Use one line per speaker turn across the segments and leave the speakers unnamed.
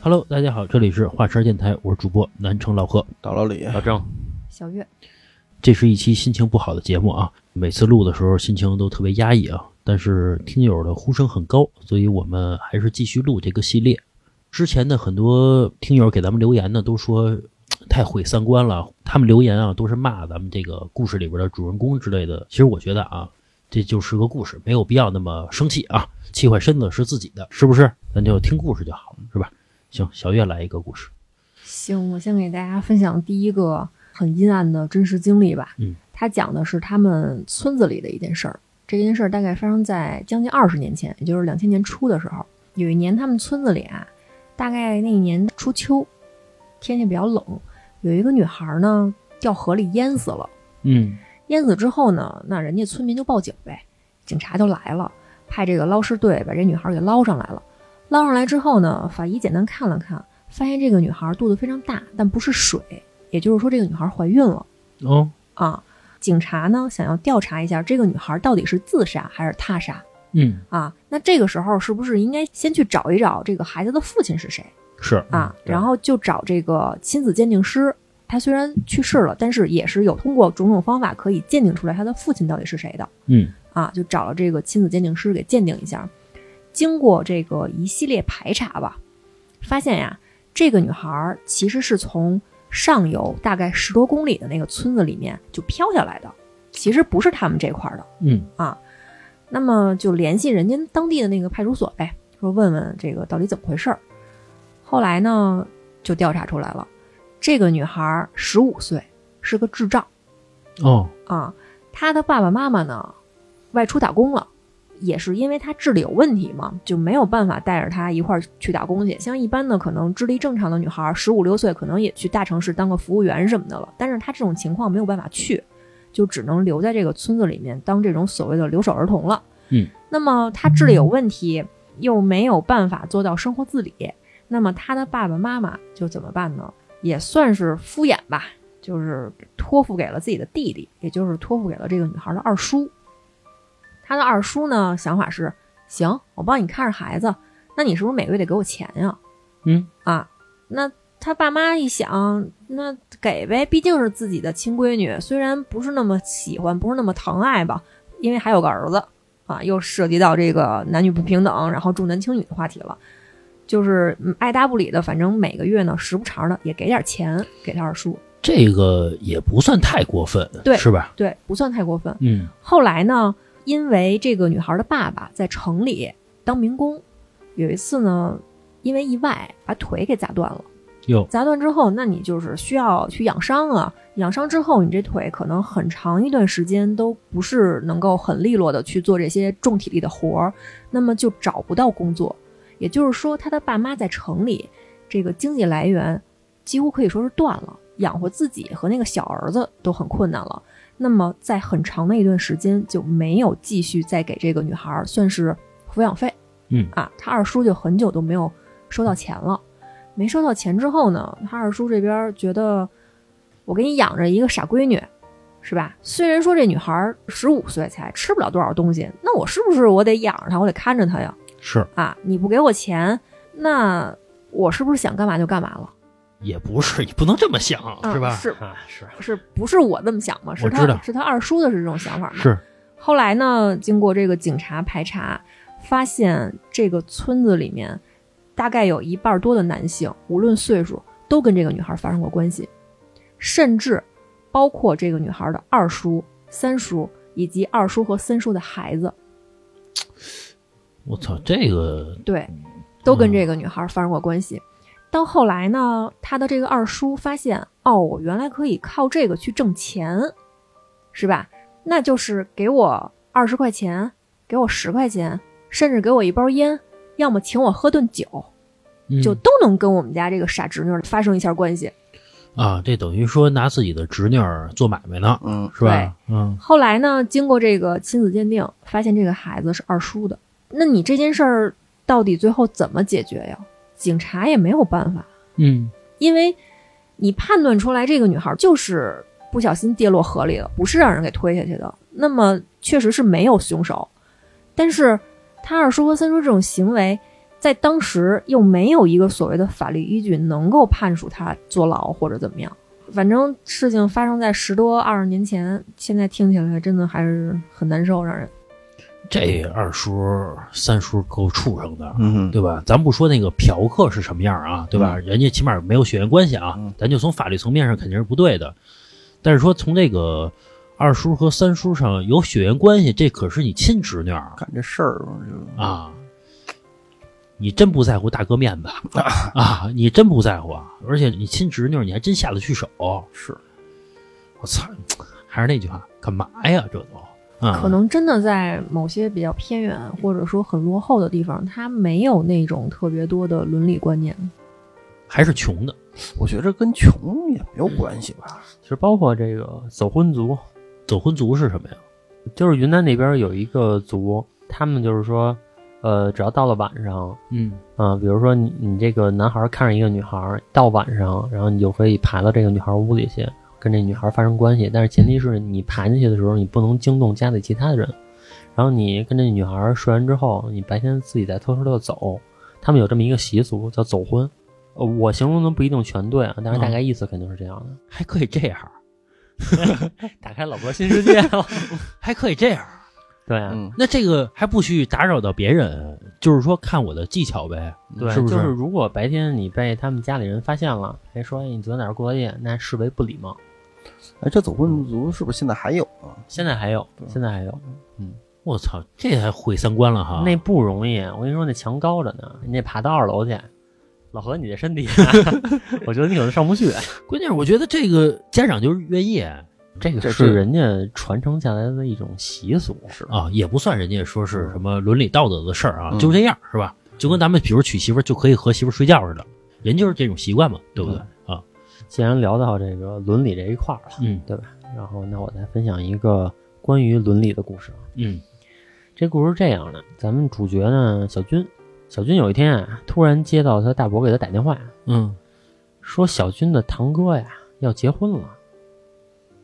Hello，大家好，这里是华山电台，我是主播南城老何，
大老李，
老郑，
小月，
这是一期心情不好的节目啊。每次录的时候心情都特别压抑啊，但是听友的呼声很高，所以我们还是继续录这个系列。之前的很多听友给咱们留言呢，都说太毁三观了。他们留言啊，都是骂咱们这个故事里边的主人公之类的。其实我觉得啊，这就是个故事，没有必要那么生气啊。气坏身子是自己的，是不是？咱就听故事就好了，是吧？行，小月来一个故事。
行，我先给大家分享第一个很阴暗的真实经历吧。
嗯，
它讲的是他们村子里的一件事儿。这件事儿大概发生在将近二十年前，也就是两千年初的时候。有一年，他们村子里啊，大概那一年初秋，天气比较冷，有一个女孩呢掉河里淹死了。
嗯
淹死之后呢，那人家村民就报警呗，警察就来了，派这个捞尸队把这女孩给捞上来了。捞上来之后呢，法医简单看了看，发现这个女孩肚子非常大，但不是水，也就是说这个女孩怀孕了
哦
啊。警察呢想要调查一下这个女孩到底是自杀还是他杀
嗯
啊？那这个时候是不是应该先去找一找这个孩子的父亲是谁
是
啊？
对
然后就找这个亲子鉴定师。他虽然去世了，但是也是有通过种种方法可以鉴定出来他的父亲到底是谁的。
嗯
啊，就找了这个亲子鉴定师给鉴定一下。经过这个一系列排查吧，发现呀，这个女孩儿其实是从上游大概十多公里的那个村子里面就飘下来的，其实不是他们这块儿的。
嗯
那么就联系人家当地的那个派出所呗，说问问这个到底怎么回事儿。后来呢，就调查出来了，这个女孩十五岁，是个智障。
哦
啊，他的爸爸妈妈呢，外出打工了，也是因为他智力有问题嘛，就没有办法带着他一块儿去打工去。像一般的可能智力正常的女孩，十五六岁可能也去大城市当个服务员什么的了，但是他这种情况没有办法去，就只能留在这个村子里面当这种所谓的留守儿童了。
嗯，
那么他智力有问题，又没有办法做到生活自理，那么他的爸爸妈妈就怎么办呢？也算是敷衍吧，就是托付给了自己的弟弟，也就是托付给了这个女孩的二叔。他的二叔呢，想法是：行，我帮你看着孩子，那你是不是每个月得给我钱呀？
嗯
啊，那他爸妈一想，那给呗，毕竟是自己的亲闺女，虽然不是那么喜欢，不是那么疼爱吧，因为还有个儿子啊，又涉及到这个男女不平等，然后重男轻女的话题了。就是嗯爱搭不理的，反正每个月呢，时不常的也给点钱给他二叔，
这个也不算太过分，
对
是吧？
对，不算太过分。
嗯
后来呢，因为这个女孩的爸爸在城里当民工，有一次呢，因为意外把腿给砸断了。
哟，
砸断之后，那你就是需要去养伤啊。养伤之后，你这腿可能很长一段时间都不是能够很利落的去做这些重体力的活儿，那么就找不到工作。也就是说，他的爸妈在城里，这个经济来源几乎可以说是断了，养活自己和那个小儿子都很困难了。那么在很长的一段时间就没有继续再给这个女孩儿算是抚养费，
嗯
啊，他二叔就很久都没有收到钱了。没收到钱之后呢，他二叔这边觉得我给你养着一个傻闺女，是吧？虽然说这女孩十五岁才吃不了多少东西，那我是不是我得养着她，我得看着她呀？
是
啊，你不给我钱，那我是不是想干嘛就干嘛了？
也不是，也不能这么想，
嗯
是吧？
是
啊是
是不是我这么想嘛？是
我知道
他是他二叔的是这种想法嘛？
是，
后来呢，经过这个警察排查，发现这个村子里面大概有一半多的男性，无论岁数，都跟这个女孩发生过关系，甚至包括这个女孩的二叔、三叔以及二叔和三叔的孩子，
我操，这个
对，都跟这个女孩发生过关系。到后来呢，他的这个二叔发现，哦，我原来可以靠这个去挣钱，是吧？那就是给我二十块钱，给我十块钱，甚至给我一包烟，要么请我喝顿酒，
嗯
就都能跟我们家这个傻侄女发生一下关系。
啊，这等于说拿自己的侄女儿做买卖呢，
嗯，
是吧？嗯
后来呢，经过这个亲子鉴定，发现这个孩子是二叔的。那你这件事儿到底最后怎么解决呀？警察也没有办法，
嗯
因为你判断出来这个女孩就是不小心跌落河里了，不是让人给推下去的，那么确实是没有凶手。但是他二叔和三叔这种行为，
在当时又没有一个所谓的法律依据能够判处他坐牢或者怎么样。反正事情发生在十多二十年前，现在听起来真的还是很难受，让人
这二叔、三叔够畜生的，
嗯
对吧？咱不说那个嫖客是什么样啊，对吧？人家起码没有血缘关系啊
嗯，
咱就从法律层面上肯定是不对的。但是说从这个二叔和三叔上有血缘关系，这可是你亲侄女儿
干这事儿我就
啊！你真不在乎大哥面子啊？你真不在乎啊？而且你亲侄女儿，你还真下得去手？
是
我操！还是那句话，干嘛呀？这都啊，
可能真的在某些比较偏远或者说很落后的地方，他没有那种特别多的伦理观念。
还是穷的。
我觉着跟穷也没有关系吧？
其实包括这个走婚族，
走婚族是什么呀？
就是云南那边有一个族，他们就是说，呃，只要到了晚上，
嗯，
啊、比如说你你这个男孩看上一个女孩，到晚上，然后你就可以爬到这个女孩屋里去，跟这女孩发生关系。但是前提是你爬进去的时候，你不能惊动家里其他的人。然后你跟这女孩睡完之后，你白天自己再偷偷的走。他们有这么一个习俗叫走婚，呃，我形容的不一定全对啊，但是大概意思肯定是这样的。
还可以这样，
打开老婆新世界了，
还可以这样。
对啊，
嗯，
那这个还不许打扰到别人，就是说看我的技巧呗。
对，
嗯是不是
就是如果白天你被他们家里人发现了，哎，说哎你昨天哪儿过夜，那视为不礼貌。
哎，这走混族是不是现在还有啊？
现在还有，现在还有，
我操，这还毁三观了哈！
那不容易。我跟你说，那墙高着呢，你得爬到二楼去。老何，你这身 体、我觉得你可能上不去。
关键是我觉得这个家长就是愿意啊，
这个
这
是
是
人家传承下来的一种习俗，啊是
也不算人家说是什么伦理道德的事儿啊，
嗯
就这样是吧？就跟咱们比如娶媳妇儿就可以和媳妇儿睡觉似的，人就是这种习惯嘛，对不对、啊？
既然聊到这个伦理这一块儿了，
嗯
然后那我再分享一个关于伦理的故事。
嗯
这故事是这样的，咱们主角呢，小军，小军有一天啊，突然接到他大伯给他打电话，
嗯
说小军的堂哥呀要结婚了。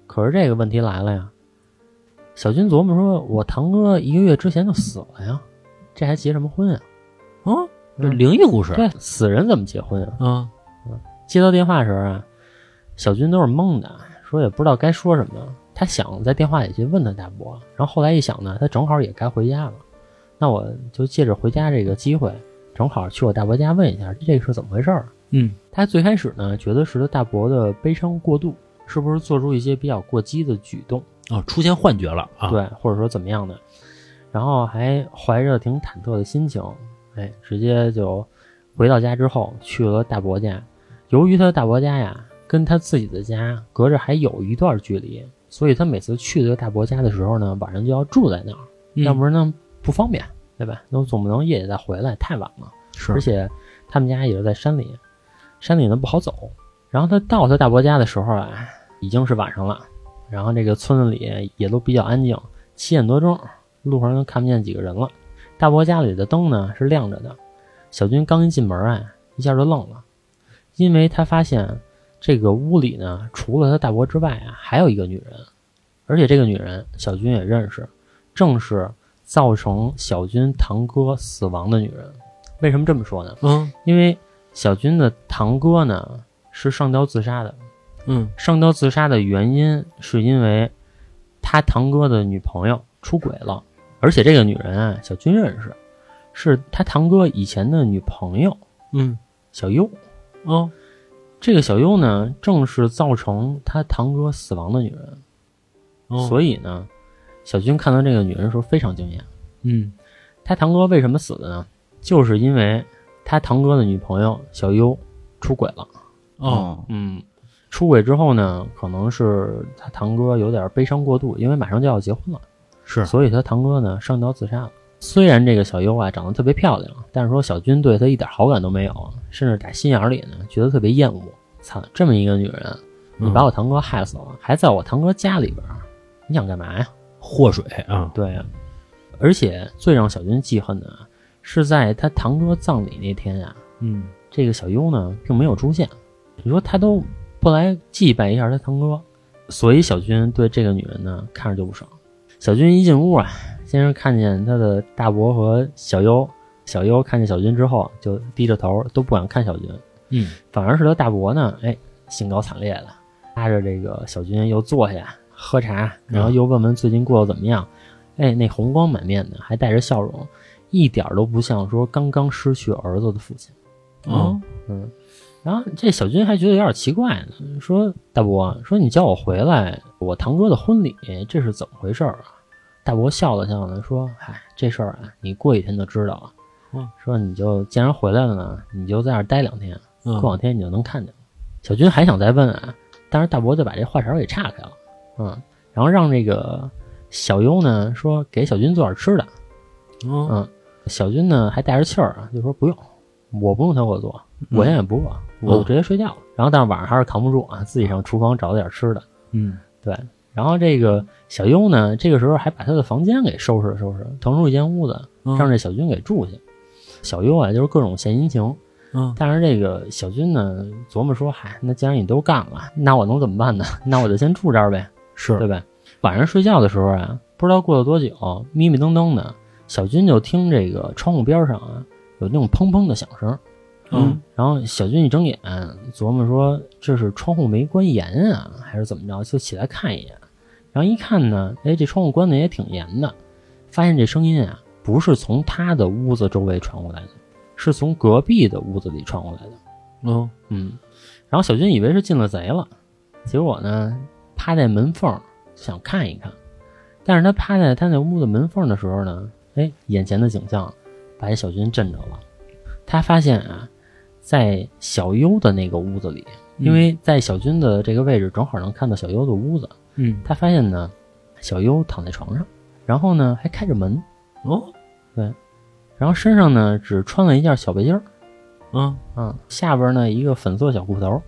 可是这个问题来了呀，小军琢磨说，我堂哥一个月之前就死了呀，这还结什么婚啊？
啊，这灵异故事
对，死人怎么结婚啊？
啊，
接到电话的时候啊，小军都是懵的，说也不知道该说什么。他想在电话里去问他大伯，然后后来一想呢，他正好也该回家了，那我就借着回家这个机会，正好去我大伯家问一下这个是怎么回事儿。
嗯
他最开始呢，觉得是他大伯的悲伤过度，是不是做出一些比较过激的举动？
啊，出现幻觉了啊，
对，或者说怎么样的，然后还怀着挺忐忑的心情，哎，直接就回到家之后去了大伯家。由于他的大伯家呀，跟他自己的家隔着还有一段距离，所以他每次去这个大伯家的时候呢，晚上就要住在那儿，
嗯
要不然呢不方便，对吧？那我总不能夜里再回来，太晚了。
是
而且他们家也是在山里，山里呢不好走。然后他到他大伯家的时候啊，已经是晚上了，然后这个村子里也都比较安静，七点多钟，路上都看不见几个人了。大伯家里的灯呢是亮着的，小军刚一进门啊，一下就愣了，因为他发现这个屋里呢，除了他大伯之外啊，还有一个女人，而且这个女人小军也认识，正是造成小军堂哥死亡的女人。为什么这么说呢？
嗯
因为小军的堂哥呢是上吊自杀的。
嗯
上吊自杀的原因是因为他堂哥的女朋友出轨了，而且这个女人啊，小军认识，是他堂哥以前的女朋友
嗯
小优。
哦
这个小优呢，正是造成他堂哥死亡的女人。
哦，
所
以
以呢，小军看到这个女人的时候非常惊讶。
嗯
他堂哥为什么死的呢？就是因为他堂哥的女朋友小优出轨了。
哦，
嗯，出轨之后呢，可能是他堂哥有点悲伤过度，因为马上就要结婚了，
是
所以他堂哥呢上吊自杀了。虽然这个小优啊长得特别漂亮，但是说小军对她一点好感都没有，甚至打心眼里呢觉得特别厌恶。操，这么一个女人，你把我堂哥害死了，还在我堂哥家里边儿，你想干嘛呀？
嗯祸水啊，
对呀、而且最让小军记恨的啊是在他堂哥葬礼那天啊，
嗯
这个小优呢并没有出现。你说他都不来祭拜一下他堂哥，所以小军对这个女人呢看着就不爽。小军一进屋啊，先是看见他的大伯和小优小优看见小军之后，啊就低着头都不敢看小军，
嗯，
反而是他大伯呢，哎，兴高采烈的拉着这个小军又坐下喝茶，然后又问问最近过得怎么样，哎，那红光满面的，还带着笑容，一点儿都不像说刚刚失去儿子的父亲。
哦，
嗯，然后这小军还觉得有点奇怪呢，说大伯，说你叫我回来，我堂哥的婚礼，这是怎么回事儿啊？大伯笑了笑呢，说：“嗨，这事儿啊，你过几天就知道了。
嗯
说你就既然回来了呢，你就在那儿待两天，
嗯
过两天你就能看见了。小军还想再问啊，但是大伯就把这话茬儿给岔开了，嗯，然后让这个小优呢说给小军做点吃的，
哦，
嗯，小军呢还带着气儿啊，就说不用，我不用他给我做，我现在也不饿，我直接睡觉了。然后但是晚上还是扛不住啊，自己上厨房找了点吃的。
嗯
对，然后这个小优呢，这个时候还把他的房间给收拾了收拾，腾出一间屋子
嗯
让这小军给住去。小优啊，就是各种献殷勤，
嗯
但是这个小军呢琢磨说，嗨，那既然你都干了，那我能怎么办呢？ 那我就先住这儿呗。对
是，
吧？晚上睡觉的时候啊，不知道过了多久，迷迷瞪瞪的，小军就听这个窗户边上啊有那种砰砰的响声，
嗯
然后小军一睁眼，琢磨说这是窗户没关严啊，还是怎么着，就起来看一眼。然后一看呢，哎，这窗户关的也挺严的，发现这声音啊不是从他的屋子周围传过来的，是从隔壁的屋子里传过来的。
哦，
嗯，然后小军以为是进了贼了，结果呢，趴在门缝儿想看一看，但是他趴在他那屋的门缝的时候呢，哎，眼前的景象把这小军震着了。他发现啊，在小优的那个屋子里，
嗯
因为在小军的这个位置正好能看到小优的屋子，
嗯
他发现呢，小优躺在床上，然后呢还开着门，
哦，
然后身上呢只穿了一件小背心儿。
嗯
嗯，下边呢一个粉色小裤头。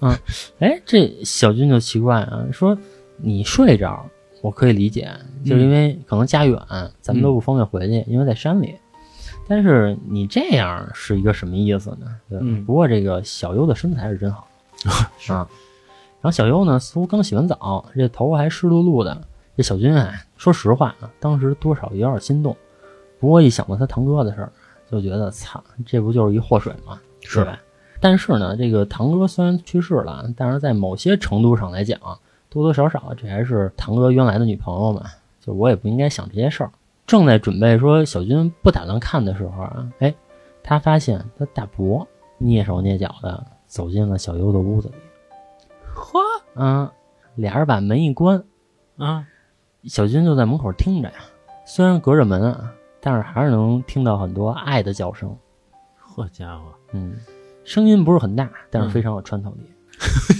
嗯，哎，这小军就奇怪啊，说你睡着，我可以理解，就是因为可能家远，咱们都不方便回去，因为在山里。但是你这样是一个什么意思呢？对吧，
嗯
不过这个小优的身材是真好啊。然后小优呢，似乎刚洗完澡，这头发还湿漉漉的。这小军啊，说实话啊，当时多少有点心动，不过一想到他堂哥的事儿，就觉得操，这不就是一祸水吗？
是
对吧？但是呢，这个堂哥虽然去世了，但是在某些程度上来讲，多多少少这还是堂哥原来的女朋友嘛，就我也不应该想这些事儿。正在准备说小军不打算看的时候啊，哎，他发现他大伯蹑手蹑脚的走进了小优的屋子里。
嚯
嗯，俩人把门一关，
啊，
小军就在门口听着呀。虽然隔着门啊，但是还是能听到很多爱的叫声。
好家伙，
嗯，声音不是很大，但是非常有穿透力。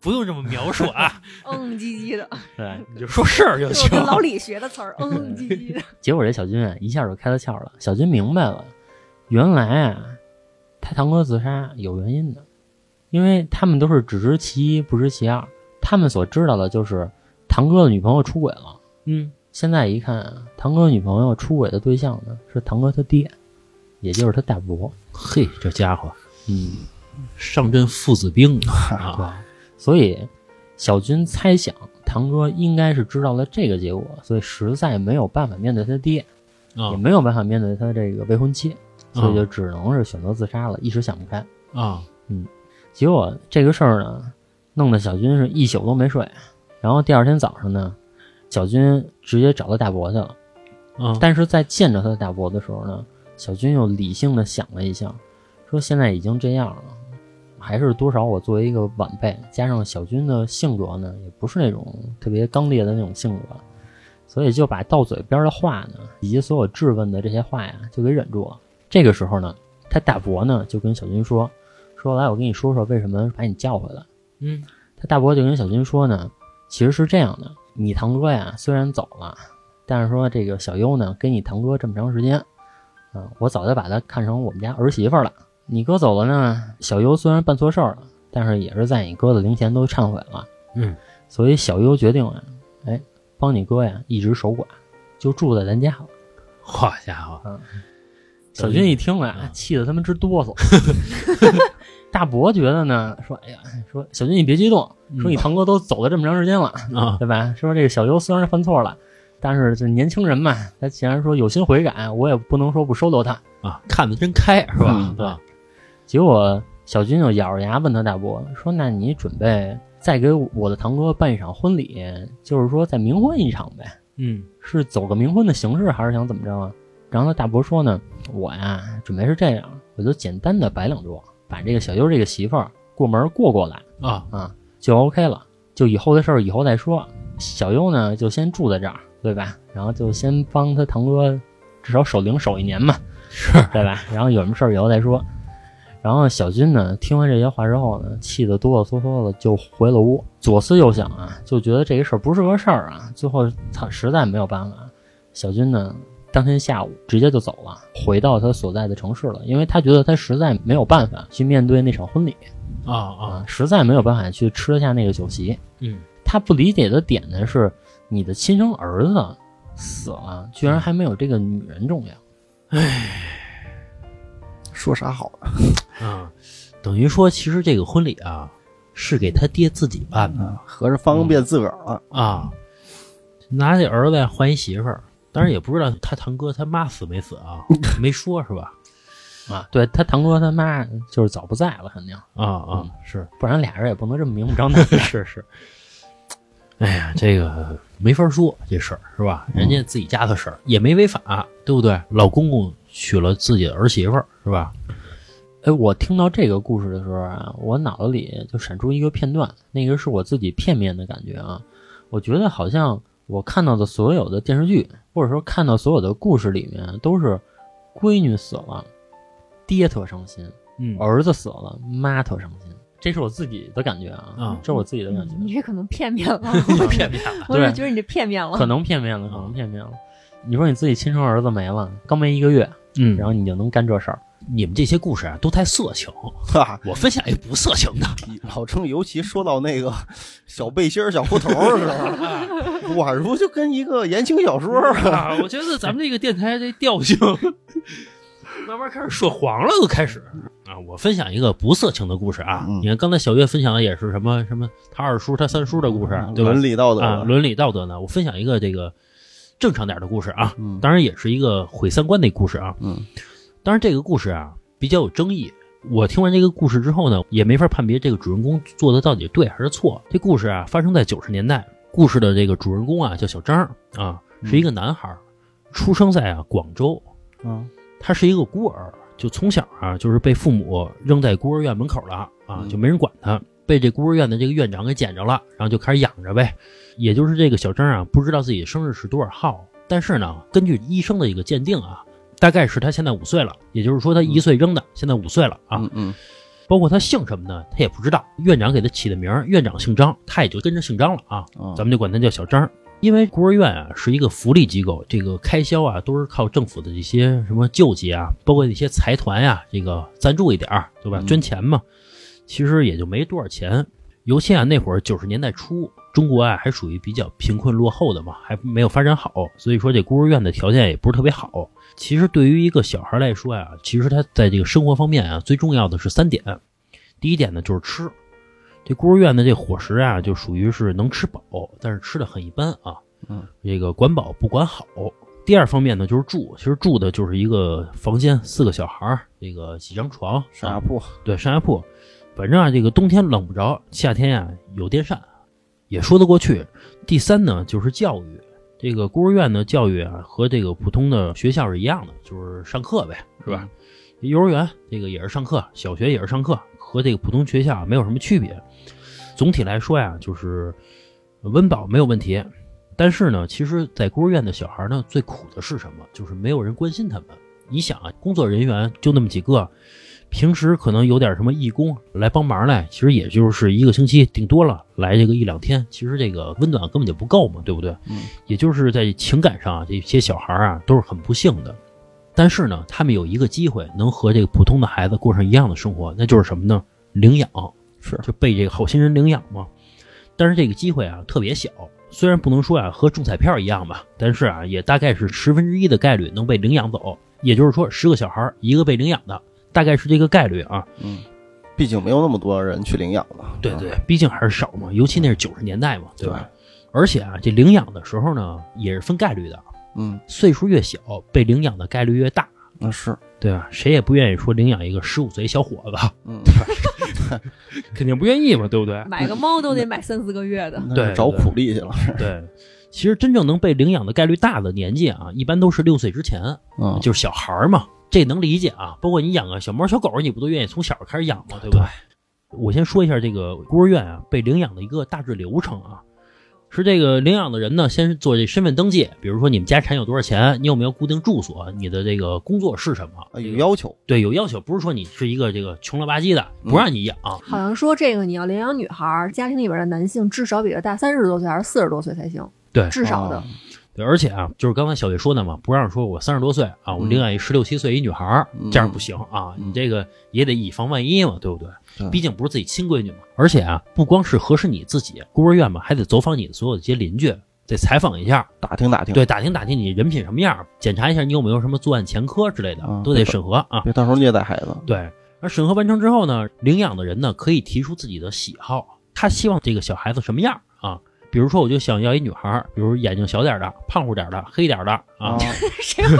不用这么描述 啊，
嗯唧唧的，
对，
你就说事儿就
就
行
跟。 老李学的词儿，嗯唧唧的。
结果这小军啊，一下就开了窍了。小军明白了，原来啊，他堂哥自杀有原因的，因为他们都是只知其一不知其二，他们所知道的就是堂哥的女朋友出轨了。
嗯，
现在一看啊，堂哥女朋友出轨的对象呢是堂哥他爹，也就是他大伯。
嘿，这家伙
嗯，
上阵父子兵啊，
所以小军猜想堂哥应该是知道了这个结果，所以实在没有办法面对他爹，也
啊
没有办法面对他这个未婚妻，所
嗯
以就只能是选择自杀了，一时想不开。
啊，
结果这个事儿呢，弄得小军是一宿都没睡，然后第二天早上呢，小军直接找他大伯去了。
嗯
但是在见着他的大伯的时候呢，小军又理性的想了一下，说现在已经这样了，还是多少我作为一个晚辈，加上小军的性格呢，也不是那种特别刚烈的那种性格，所以就把到嘴边的话呢，以及所有质问的这些话呀，就给忍住了。这个时候呢，他大伯呢就跟小军说，说来我跟你说说为什么把你叫回来。
嗯，
他大伯就跟小军说呢，其实是这样的，你堂哥呀虽然走了，但是说这个小优呢跟你堂哥这么长时间，啊、我早就把他看成我们家儿媳妇儿了。你哥走了呢，小优虽然办错事儿了，但是也是在你哥的灵前都忏悔了。
嗯，
所以小优决定啊，哎，帮你哥呀一直守寡，就住在咱家了。
好家伙，
小军一听啊，气得他们直哆嗦。 大伯觉得呢，说：“哎呀，说小嗯军你别激动，说你堂哥都走了这么长时间了，
啊
对吧？说这个小优虽然是犯错了，但是这年轻人嘛，他既然说有心悔改，我也不能说不收留他。
啊，看得真开是吧？啊
嗯
对吧？
结果小军就咬着牙问他大伯说：“那你准备再给我的堂哥办一场婚礼，就是说再冥婚一场呗？
嗯
是走个冥婚的形式，还是想怎么着啊？”然后他大伯说呢：“我呀，准备是这样，我就简单的摆两桌，把这个小优这个媳妇儿过门过过来。”
啊，
啊，就 OK 了。就以后的事儿以后再说。小优呢，就先住在这儿，对吧？然后就先帮他堂哥至少守灵守一年嘛，
是
对吧？然后有什么事儿以后再说。然后小军呢，听完这些话之后呢，气得哆哆嗦嗦的就回了屋，左思右想啊，就觉得这个事儿不是个事儿啊。最后他实在没有办法，小军呢，当天下午直接就走了，回到他所在的城市了，因为他觉得他实在没有办法去面对那场婚礼。
啊啊，
啊，实在没有办法去吃得下那个酒席。
嗯
他不理解的点呢是，你的亲生儿子死了，居然还没有这个女人重要。
嗯
说啥好啊？
啊，等于说其实这个婚礼啊，是给他爹自己办的
嗯合着方便自个儿了，
啊，拿这儿子呀换一媳妇儿。当然也不知道他堂哥他妈死没死啊，没说是吧？
啊，对他堂哥他妈就是早不在了，肯定，
啊啊，是。
不然俩人也不能这么明目张胆
是是。哎呀，这个没法说这事儿是吧？人家自己家的事儿也没违法，对不对？老公公娶了自己的儿媳妇儿是吧？
哎，我听到这个故事的时候啊，我脑子里就闪出一个片段，那个是我自己片面的感觉啊，我觉得好像我看到的所有的电视剧，或者说看到所有的故事里面，都是闺女死了，爹特伤心，
嗯
儿子死了，妈特伤心，这是我自己的感觉啊，
啊
这是我自己的感觉，
嗯
你这可能片面了，
骗骗 他
我只
对
觉得你这片面了。
可能片面了，可
啊
能片面了。你说你自己亲生儿子没了，刚没一个月，
嗯
然后你就能干这事儿，
你们这些故事啊，都太色情。
哈哈。
我分享一不色情的，
老郑尤其说到那个小背心儿、小裤头儿的时候，宛如就跟一个言情小说儿
啊，我觉得咱们这个电台这调性，慢慢开始说黄了，都开始啊。我分享一个不色情的故事啊，
嗯
你看刚才小月分享的也是什么什么他二叔他三叔的故事，对吧
嗯伦？理道德
啊，
的，
伦理道德呢，我分享一个这个正常点的故事啊，
嗯
当然也是一个毁三观的故事啊。
嗯，
当然这个故事啊比较有争议。我听完这个故事之后呢，也没法判别这个主人公做的到底对还是错。这故事啊发生在九十年代，故事的这个主人公啊叫小张啊，是一个男孩儿，出生在啊广州，
嗯
他是一个孤儿，就从小啊就是被父母扔在孤儿院门口了啊，
嗯
就没人管他，被这孤儿院的这个院长给捡着了，然后就开始养着呗。也就是这个小张啊，不知道自己生日是多少号，但是呢，根据医生的一个鉴定啊，大概是他现在五岁了，也就是说他一岁扔的，现在五岁了啊。
嗯嗯
包括他姓什么呢，他也不知道。院长给他起的名儿，院长姓张，他也就跟着姓张了啊。
嗯，
咱们就管他叫小张儿。因为孤儿院啊是一个福利机构，这个开销啊都是靠政府的这些什么救济啊，包括一些财团呀、这个赞助一点儿，对吧？
嗯
捐钱嘛，其实也就没多少钱。尤其啊那会儿九十年代初，中国啊还属于比较贫困落后的嘛，还没有发展好，所以说这孤儿院的条件也不是特别好。其实对于一个小孩来说呀、其实他在这个生活方面啊，最重要的是三点。第一点呢就是吃，这孤儿院的这伙食啊，就属于是能吃饱，但是吃的很一般啊。
嗯，
这个管饱不管好。第二方面呢，就是住，其实住的就是一个房间，四个小孩儿，这个几张床，
上下
啊
铺，
对上下铺。反正啊，这个冬天冷不着，夏天呀、有电扇，也说得过去。第三呢，就是教育，这个孤儿院的教育啊，和这个普通的学校是一样的，就是上课呗，是吧？幼儿园这个也是上课，小学也是上课，和这个普通学校啊没有什么区别。总体来说呀，就是温饱没有问题，但是呢，其实，在孤儿院的小孩呢，最苦的是什么？就是没有人关心他们。你想啊，工作人员就那么几个，平时可能有点什么义工来帮忙来，其实也就是一个星期，顶多了来这个一两天，其实这个温暖根本就不够嘛，对不对？
嗯，
也就是在情感上啊，这些小孩啊都是很不幸的。但是呢，他们有一个机会能和这个普通的孩子过上一样的生活，那就是什么呢？领养
是
就被这个好心人领养嘛。但是这个机会啊特别小，虽然不能说啊和中彩票一样吧，但是啊也大概是十分之一的概率能被领养走，也就是说十个小孩儿一个被领养的，大概是这个概率啊。
嗯，毕竟没有那么多人去领养嘛，啊
对对，毕竟还是少嘛，尤其那是九十年代嘛，对吧？而且啊，这领养的时候呢，也是分概率的，啊
嗯，
岁数越小，被领养的概率越大，
那是，
对吧？谁也不愿意说领养一个十五岁小伙子，
嗯，
肯定不愿意嘛，对不对？
买个猫都得买三四个月的，
那
对
是找
对
苦力去了，
对，其实真正能被领养的概率大的年纪啊，一般都是六岁之前，
嗯，
就是小孩儿嘛，这能理解啊。包括你养个小猫小狗，你不都愿意从小开始养吗？对不对？我先说一下这个孤儿院啊被领养的一个大致流程啊，是这个领养的人呢，先做这身份登记，比如说你们家产有多少钱，你有没有固定住所，你的这个工作是什么，
啊
这
有
个
要求，
对有要求，不是说你是一个这个穷了吧唧的不让你养，啊
好像说这个你要领养女孩儿，家庭里边的男性至少比她大三十多岁还是四十多岁才行，
对
至少的
啊。
对，而且啊，就是刚才小月说的嘛，不让说我三十多岁啊，我
嗯
领养一十六七岁一女孩儿，
嗯
这样不行啊，
嗯
你这个也得以防万一嘛，对不对？
对
毕竟不是自己亲闺女嘛。而且啊，不光是合适你自己，孤儿院嘛，还得走访你的所有的这些邻居，得采访一下，
打听打听，，
对，打听打听你人品什么样，检查一下你有没有什么作案前科之类的，
嗯
都得审核啊。
别到时候虐待孩子，
对，而审核完成之后呢，领养的人呢可以提出自己的喜好，他希望这个小孩子什么样啊？比如说，我就想要一女孩儿，比如眼睛小点儿的、胖乎点儿的、黑点儿的
哦
啊，
谁会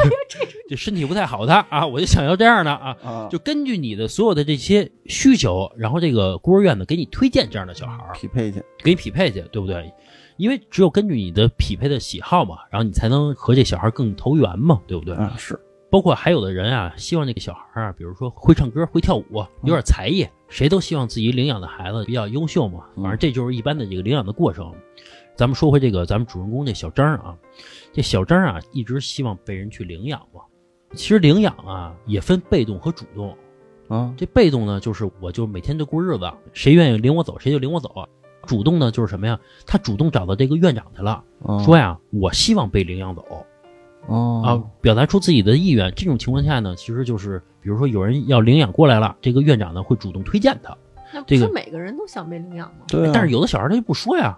这身体不太好的啊，我就想要这样的 啊。
啊，
就根据你的所有的这些需求，然后这个孤儿院呢给你推荐这样的小孩儿，
匹配去，
给你匹配去，对不对？因为只有根据你的匹配的喜好嘛，然后你才能和这小孩儿更投缘嘛，对不对？
啊是，
包括还有的人啊，希望这个小孩啊，比如说会唱歌、会跳舞，有点才艺，谁都希望自己领养的孩子比较优秀嘛。
嗯
反正这就是一般的这个领养的过程。咱们说回这个咱们主人公这小张啊，这小张啊一直希望被人去领养嘛。其实领养啊也分被动和主动，
啊，
这被动呢就是我就每天就过日子，谁愿意领我走谁就领我走。主动呢就是什么呀？他主动找到这个院长去了，
啊
说呀，我希望被领养走。啊
啊，，
表达出自己的意愿。这种情况下呢，其实就是比如说有人要领养过来了，这个院长呢会主动推荐他，
那不
这
是
个
每个人都想被领养吗？
对啊，
但是有的小孩他就不说呀，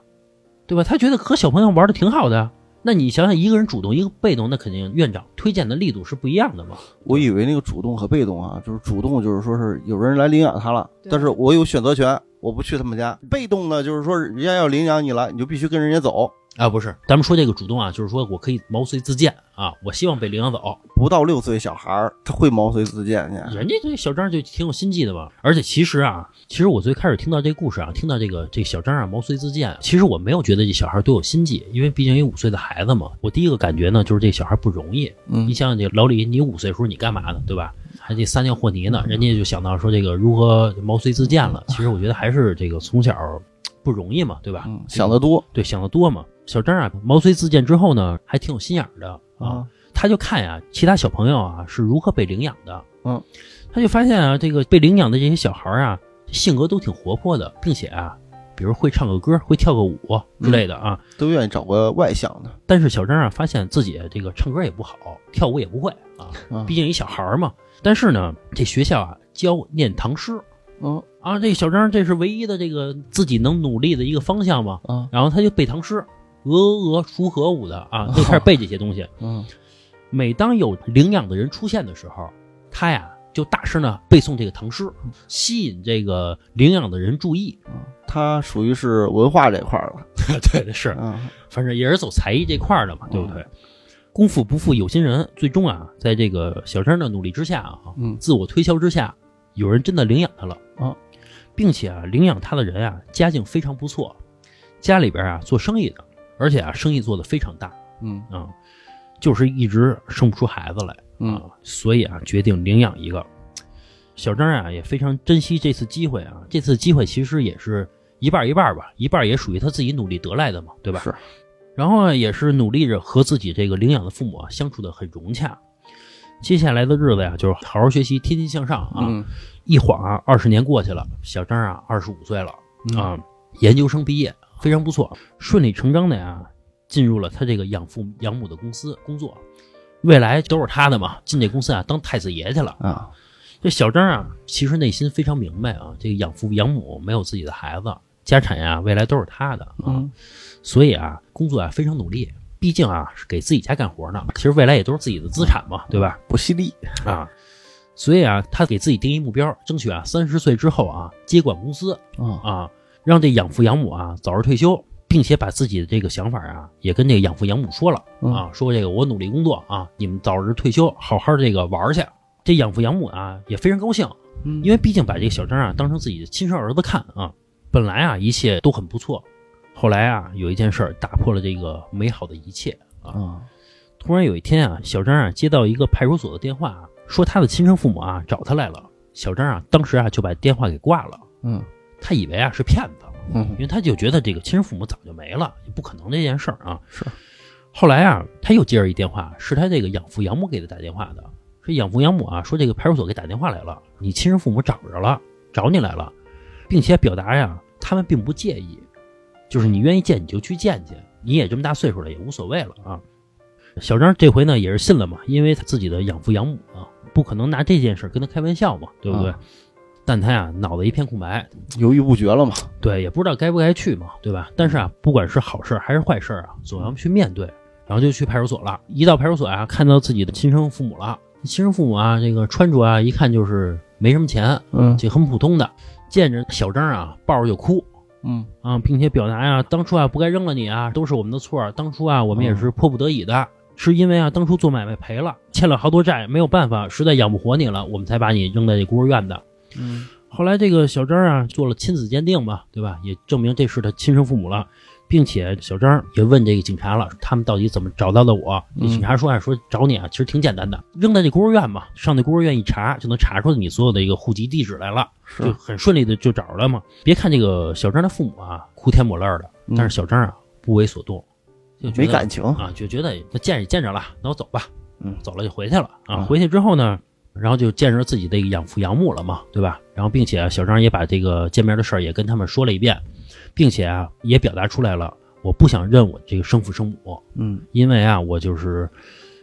对吧？他觉得和小朋友玩的挺好的呀。那你想想，一个人主动，一个被动，那肯定院长推荐的力度是不一样的嘛。
我以为那个主动和被动啊，就是主动就是说是有人来领养他了，
对
但是我有选择权，我不去他们家。被动呢，就是说人家要领养你了，你就必须跟人家走，
啊，不是，咱们说这个主动啊，就是说我可以毛遂自荐啊，我希望被领养走。
不到六岁小孩儿他会毛遂自荐去，
人家这小张就挺有心计的嘛。而且其实啊，其实我最开始听到这故事啊，听到这个这个小张啊毛遂自荐，其实我没有觉得这小孩多有心计，因为毕竟有五岁的孩子嘛。我第一个感觉呢，就是这小孩不容易。
嗯
你想想，这老李，你五岁的时候你干嘛呢？对吧？还得撒尿和泥呢，人家就想到说这个如何毛遂自荐
嗯
了。其实我觉得还是这个从小嘖不容易嘛，对吧？
嗯，想得多
对，想得多嘛。小张啊，毛遂自荐之后呢，还挺有心眼儿的啊。
啊，
他就看呀、其他小朋友啊是如何被领养的。
嗯，
他就发现啊，这个被领养的这些小孩儿啊，性格都挺活泼的，并且啊，比如会唱个歌、会跳个舞之类的啊。
都愿意找个外向的，
但是小张啊，发现自己这个唱歌也不好，跳舞也不会啊，
啊
毕竟一小孩儿嘛。但是呢，这学校啊教念唐诗
嗯
啊，这小张这是唯一的这个自己能努力的一个方向嘛。
啊
然后他就背唐诗，鹅鹅鹅，孰和舞的啊，就开始背这些东西。
嗯，
每当有领养的人出现的时候，他呀就大声的背诵这个唐诗，吸引这个领养的人注意。
他属于是文化这块儿了
对，是，嗯
啊，
反正也是走才艺这块儿的嘛，对不对？功夫不负有心人，最终啊，在这个小张的努力之下啊，
嗯
自我推销之下，有人真的领养他了
啊，
并且啊，领养他的人啊，家境非常不错，家里边啊做生意的，而且啊，生意做得非常大
嗯
啊、就是一直生不出孩子来。啊
嗯，
所以啊，决定领养一个。小张啊，也非常珍惜这次机会啊。这次机会其实也是一半儿一半儿吧，一半儿也属于他自己努力得来的嘛，对吧？
是。
然后啊，也是努力着和自己这个领养的父母啊相处的很融洽。接下来的日子呀、就是好好学习，天天向上啊。
嗯
一晃啊，二十年过去了，小张啊，二十五岁了
嗯
啊，研究生毕业，非常不错，顺理成章的呀，进入了他这个养父养母的公司工作，未来都是他的嘛，进这公司啊当太子爷去了。
啊，
这小张啊，其实内心非常明白啊，这个养父养母没有自己的孩子，家产呀、未来都是他的啊，
嗯
所以啊，工作啊非常努力，毕竟啊是给自己家干活呢，其实未来也都是自己的资产嘛，对吧？
不犀利，
啊，所以啊，他给自己定一目标，争取啊三十岁之后啊接管公司
啊
啊，让这养父养母啊早日退休，并且把自己的这个想法啊，也跟这个养父养母说了
嗯
啊，说这个我努力工作啊，你们早日退休，好好这个玩儿去。这养父养母啊也非常高兴，因为毕竟把这个小张啊当成自己的亲生儿子看啊。本来啊一切都很不错，后来啊有一件事儿打破了这个美好的一切啊。
啊，
突然有一天啊，小张啊接到一个派出所的电话啊，说他的亲生父母啊找他来了。小张啊当时啊就把电话给挂了，
嗯
他以为啊是骗子，因
嗯
为他就觉得这个亲生父母早就没了，也不可能这件事儿啊。
是。
后来啊，他又接着一电话，是他这个养父养母给他打电话的，说养父养母啊，说这个派出所给打电话来了，你亲生父母找着了，找你来了，并且表达呀，他们并不介意，就是你愿意见你就去见去，你也这么大岁数了，也无所谓了啊。小张这回呢也是信了嘛，因为他自己的养父养母啊，不可能拿这件事儿跟他开玩笑嘛，对不对？
啊
但他呀脑子一片空白，
犹豫不决了嘛，
对，也不知道该不该去嘛，对吧？但是啊，不管是好事儿还是坏事儿啊，总要去面对。然后就去派出所了。一到派出所啊，看到自己的亲生父母了。亲生父母啊，这个穿着啊，一看就是没什么钱，
嗯
就很普通的。见着小张啊，抱着就哭
嗯
啊，并且表达呀、当初啊不该扔了你啊，都是我们的错儿。当初啊，我们也是
嗯
迫不得已的，是因为啊当初做买卖赔了，欠了好多债，没有办法，实在养不活你了，我们才把你扔在这孤儿院的。
嗯
后来这个小张啊做了亲子鉴定嘛，对吧？也证明这是他亲生父母了，并且小张也问这个警察了，他们到底怎么找到的我？这
嗯
警察说啊，说找你啊，其实挺简单的，扔在这孤儿院嘛，上那孤儿院一查就能查出你所有的一个户籍地址来了，
是
就很顺利的就找着了嘛。别看这个小张的父母啊哭天抹泪的，
嗯
但是小张啊不为所动，就觉
没
得
感情，
啊，就觉得那见也见着了，那我走吧，
嗯
走了就回去了啊。
嗯
回去之后呢，然后就见着自己的养父养母了嘛，对吧？然后并且啊小张也把这个见面的事儿也跟他们说了一遍，并且啊也表达出来了，我不想认我这个生父生母，
嗯，
因为啊我就是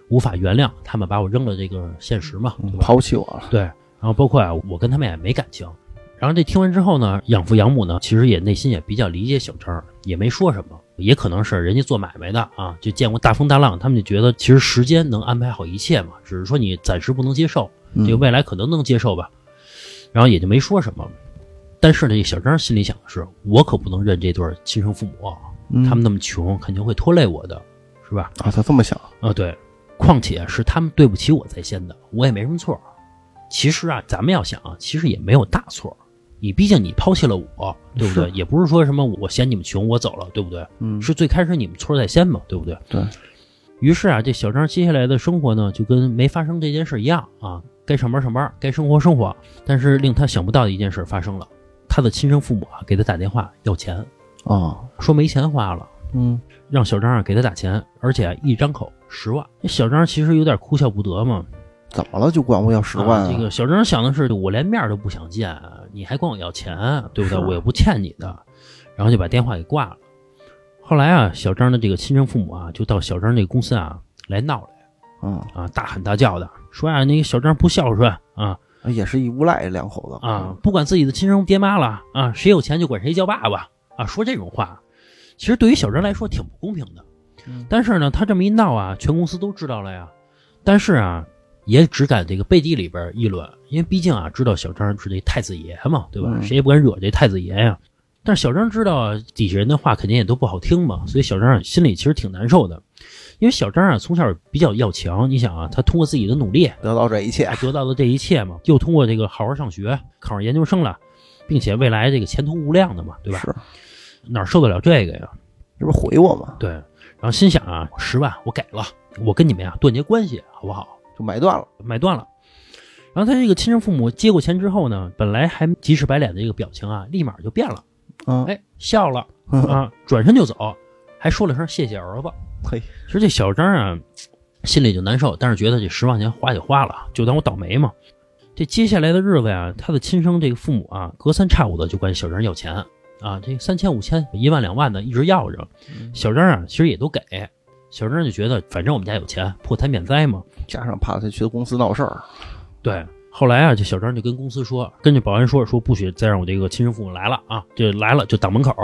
无法原谅他们把我扔了这个现实嘛，对吧？
嗯抛弃我了，
对，然后包括啊，我跟他们也没感情。然后这听完之后呢，养父养母呢，其实也内心也比较理解小张，也没说什么，也可能是人家做买卖的啊，就见过大风大浪，他们就觉得其实时间能安排好一切嘛，只是说你暂时不能接受，
嗯
这个未来可能能接受吧。然后也就没说什么。但是呢，这小张心里想的是，我可不能认这对儿亲生父母啊，他们那么穷，肯定会拖累我的，是吧？
嗯啊，他这么想，
啊，对，况且是他们对不起我在先的，我也没什么错儿。其实啊，咱们要想啊，其实也没有大错儿。你毕竟你抛弃了我，对不 对？也不是说什么我嫌你们穷，我走了，对不对？
嗯
是最开始你们错儿在先嘛，对不对？
对。
于是啊，这小张接下来的生活呢，就跟没发生这件事一样啊，该上班上班，该生活生活。但是令他想不到的一件事发生了，他的亲生父母啊给他打电话要钱，
啊，
说没钱花了。
嗯
让小张啊给他打钱，而且一张口十万。这小张其实有点哭笑不得嘛。
怎么了就管我要十万
啊
啊
这个小张想的是，我连面都不想见，啊你还管我要钱，啊对不对？
是啊
我又不欠你的，然后就把电话给挂了。后来啊，小张的这个亲生父母啊，就到小张这个公司啊来闹来
嗯，
啊，大喊大叫的，说啊，那个小张不孝顺啊
哎也是一无赖两口子
啊，，不管自己的亲生爹妈了啊，谁有钱就管谁叫爸爸啊，说这种话，其实对于小张来说挺不公平的。
嗯
但是呢，他这么一闹啊，全公司都知道了呀。但是啊，也只敢这个背地里边议论，因为毕竟啊，知道小张是这太子爷嘛，对吧？
嗯
谁也不敢惹这太子爷呀、但是小张知道啊底下人的话肯定也都不好听嘛，所以小张心里其实挺难受的。因为小张啊，从小比较要强，你想啊，他通过自己的努力，
得到这一切
啊，得到的这一切嘛，又通过这个好好上学，考上研究生了，并且未来这个前途无量的嘛，对吧？
是，
哪受得了这个呀？
这不是回我吗？
对，然后心想啊，十万我给了，我跟你们呀、断绝关系，好不好？
就买断了，
买断了。然后他这个亲生父母接过钱之后呢，本来还急赤白脸的这个表情啊，立马就变了，
嗯，
哎，笑了
嗯
啊，转身就走，还说了声谢谢儿子。
嘿，
其实这小张啊，心里就难受，但是觉得这十万块钱花就花了，就当我倒霉嘛。这接下来的日子呀，他的亲生这个父母啊，隔三差五的就管小张要钱啊，这三千、五千、一万、两万的一直要着。
嗯
小张啊，其实也都给。小张就觉得，反正我们家有钱，破财免灾嘛。
加上怕他去公司闹事儿，
对，后来啊，这小张就跟公司说，跟这保安说，说不许再让我这个亲生父母来了啊，就来了就挡门口。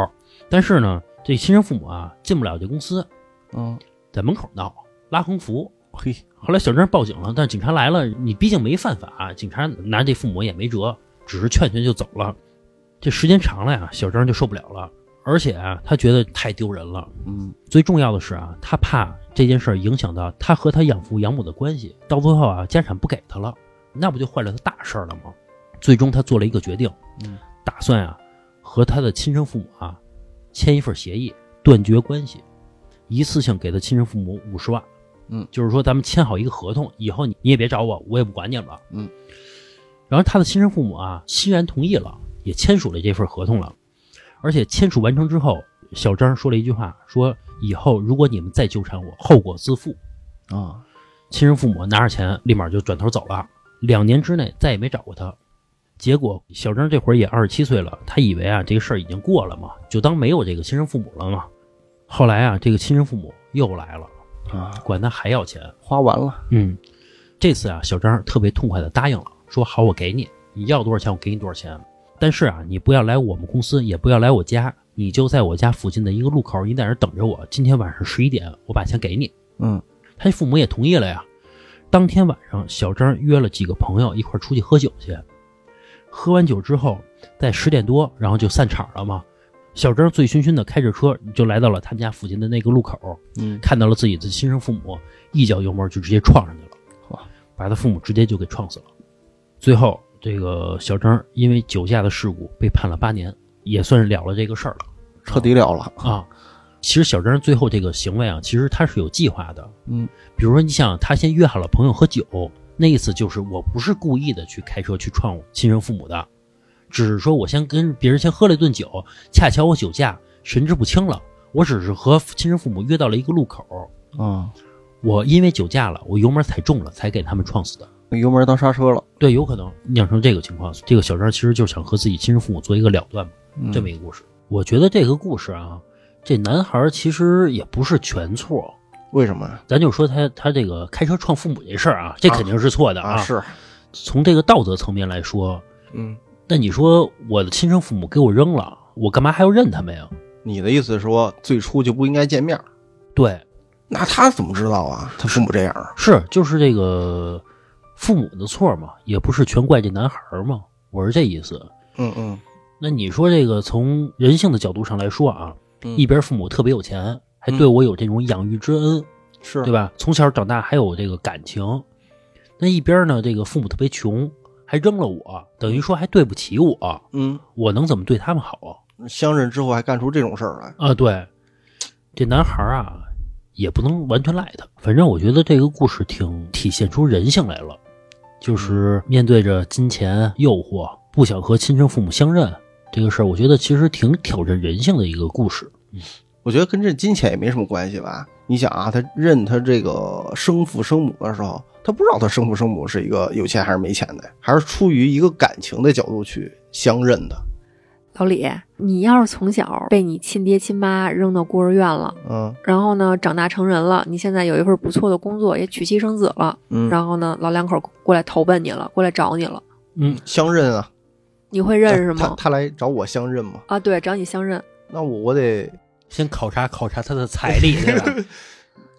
但是呢，这亲生父母啊，进不了这公司，
嗯，
在门口闹，拉横幅。
嘿，
后来小张报警了，但是警察来了，你毕竟没犯法，警察拿这父母也没辙，只是劝劝就走了。这时间长了呀，小张就受不了了，而且啊，他觉得太丢人了。
嗯，
最重要的是啊，他怕这件事儿影响到他和他养父养母的关系，到最后啊，家产不给他了，那不就坏了他大事儿了吗？最终他做了一个决定，
嗯，
打算啊和他的亲生父母啊签一份协议，断绝关系，一次性给他亲生父母五十万，
嗯，
就是说咱们签好一个合同，以后你你也别找我，我也不管你了，
嗯。
然后他的亲生父母啊欣然同意了，也签署了这份合同了，而且签署完成之后，小张说了一句话，说以后如果你们再纠缠我，后果自负。
啊，
亲生父母拿着钱，立马就转头走了。两年之内再也没找过他。结果小张这会儿也二十七岁了，他以为啊这个事儿已经过了嘛，就当没有这个亲生父母了嘛。后来啊，这个亲生父母又来了，
啊，
管他还要钱。
花完了，
嗯，这次啊，小张特别痛快的答应了，说好我给你，你要多少钱我给你多少钱，但是啊，你不要来我们公司，也不要来我家，你就在我家附近的一个路口，你在那儿等着我。今天晚上十一点，我把钱给你。
嗯
他父母也同意了呀。当天晚上，小张约了几个朋友一块儿出去喝酒去。喝完酒之后，在十点多，然后就散场了嘛。小张醉醺醺的开着车，就来到了他们家附近的那个路口，
嗯，
看到了自己的亲生父母，一脚油门就直接撞上去了，
哇，
把他父母直接就给撞死了。最后，这个小张因为酒驾的事故被判了八年，也算是了了这个事儿了。
彻底了了，
啊。其实小张最后这个行为啊，其实他是有计划的。
嗯，
比如说你想，他先约好了朋友喝酒，那意思就是我不是故意的去开车去撞亲生父母的，只是说我先跟别人先喝了一顿酒，恰巧我酒驾神志不清了，我只是和亲生父母约到了一个路口，
啊，
我因为酒驾了，我油门踩中了，才给他们撞死的。
油门当刹车了，
对，有可能酿成这个情况。这个小张其实就想和自己亲生父母做一个了断嘛。
嗯
这么一个故事。我觉得这个故事啊，这男孩儿其实也不是全错，
为什么呀？
咱就说他他这个开车撞父母这事儿啊，这肯定是错的
啊，是，
从这个道德层面来说，
嗯，
那你说我的亲生父母给我扔了，我干嘛还要认他们呀？
你的意思是说最初就不应该见面儿？
对，
那他怎么知道啊？他父母这样啊？
是就是这个父母的错嘛，也不是全怪这男孩儿嘛，我是这意思。
嗯嗯
那你说这个从人性的角度上来说啊，
嗯
一边父母特别有钱，还对
嗯
我有这种养育之恩，
是
对吧？从小长大还有这个感情。那一边呢，这个父母特别穷，还扔了我，等于说还对不起我，
嗯，
我能怎么对他们好
相认之后还干出这种事儿来，
啊？对，这男孩啊，也不能完全赖他。反正我觉得这个故事挺体现出人性来了，就是面对着金钱诱惑，不想和亲生父母相认这个事儿，我觉得其实挺挑战人性的一个故事。
我觉得跟这金钱也没什么关系吧。你想啊，他认他这个生父生母的时候，他不知道他生父生母是一个有钱还是没钱的，还是出于一个感情的角度去相认的。
老李，你要是从小被你亲爹亲妈扔到孤儿院了，
嗯
然后呢，长大成人了，你现在有一份不错的工作，也娶妻生子了，
嗯，
然后呢，老两口过来投奔你了，过来找你了，
相认啊，
你会认识
他他
吗？
他来找我相认吗？
啊，对，找你相认，
那我我得，
先考察考察他的财 力，对吧？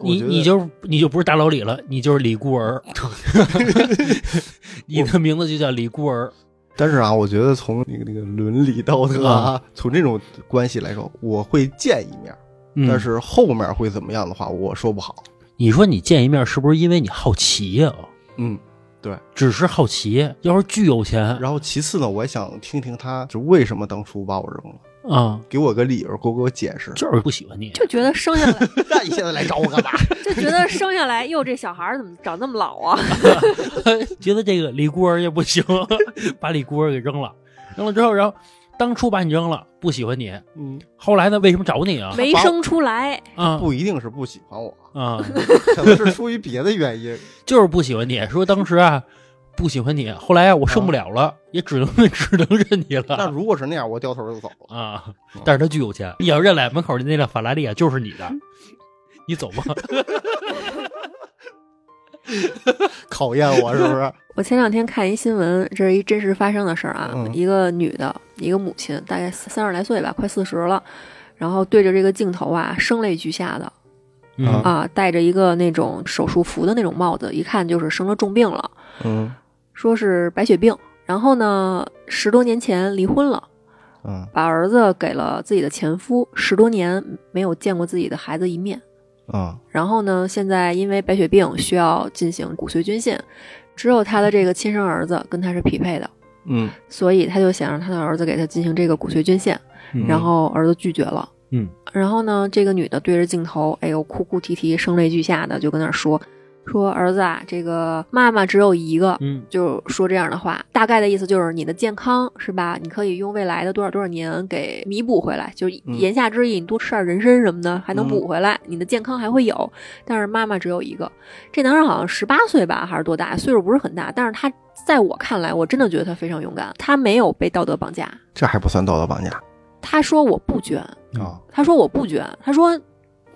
我
你
觉
你就
得
是你就不是大老李了，你就是李孤 儿，你的名字就叫李孤儿。
但是啊，我觉得从那个那个伦理道德啊，从这种关系来说，我会见一面，
嗯
但是后面会怎么样的话，我说不好。
你说你见一面是不是因为你好奇呀、
嗯，
只是好奇，要是巨有钱
然后其次呢，我也想听听他就为什么当初把我扔了，
嗯
啊，
给我个理由，给我给我解释。
就是不喜欢你。
就觉得生下来，
那你现在来找我干嘛？
就觉得生下来，哟，这小孩儿怎么长那么老啊？
觉得这个李孤儿也不行， 把李孤儿给扔了，扔了之后，然后当初把你扔了，不喜欢你，
嗯，
后来呢，为什么找你啊？
没生出来，
啊
不一定是不喜欢我，
啊，
可能是出于别的原因。
就是不喜欢你，说当时啊不喜欢你，后来啊我受不了了，也只能只能认你了。
嗯
那如果是那样，我掉头就走了。
啊
嗯，
但是他巨有钱，你要认来门口的那辆法拉利啊，就是你的，你走 吧。
考验我是不 是？
我前两天看一新闻，这是一真实发生的事儿啊，
嗯
一个女的，一个母亲，大概三十来岁吧，快四十了，然后对着这个镜头啊，声泪俱下的
嗯
啊
啊，戴着一个那种手术服的那种帽子，一看就是生了重病了，
嗯
说是白血病。然后呢，十多年前离婚了，
嗯
把儿子给了自己的前夫，十多年没有见过自己的孩子一面。
嗯
然后呢，现在因为白血病需要进行骨髓捐献，只有他的这个亲生儿子跟他是匹配的，
嗯，
所以他就想让他的儿子给他进行这个骨髓捐献，
嗯
然后儿子拒绝了。
嗯，
然后呢，这个女的对着镜头，哎呦，哭哭啼啼、声泪俱下的就跟那儿说，说儿子啊，这个妈妈只有一个，
嗯
就说这样的话，大概的意思就是你的健康是吧？你可以用未来的多少多少年给弥补回来，就是
嗯
言下之意，你多吃点人参什么的还能
嗯
补回来，你的健康还会有。但是妈妈只有一个，这男孩好像十八岁吧，还是多大？岁数不是很大，但是他在我看来，我真的觉得他非常勇敢，他没有被道德绑架。
这还不算道德绑架
他说我不捐，
啊？
他说我不捐，他说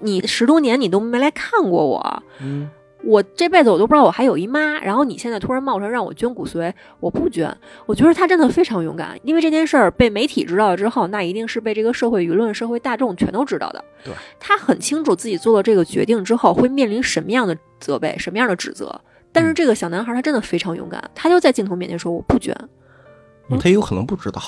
你十多年你都没来看过我，
嗯
我这辈子我都不知道我还有一妈，然后你现在突然冒出来让我捐骨髓，我不捐。我觉得他真的非常勇敢，因为这件事儿被媒体知道了之后，那一定是被这个社会舆论、社会大众全都知道的。
对，
他很清楚自己做了这个决定之后会面临什么样的责备、什么样的指责。但
嗯
是这个小男孩他真的非常勇敢，他就在镜头面前说我不捐。嗯
他有可能不知 道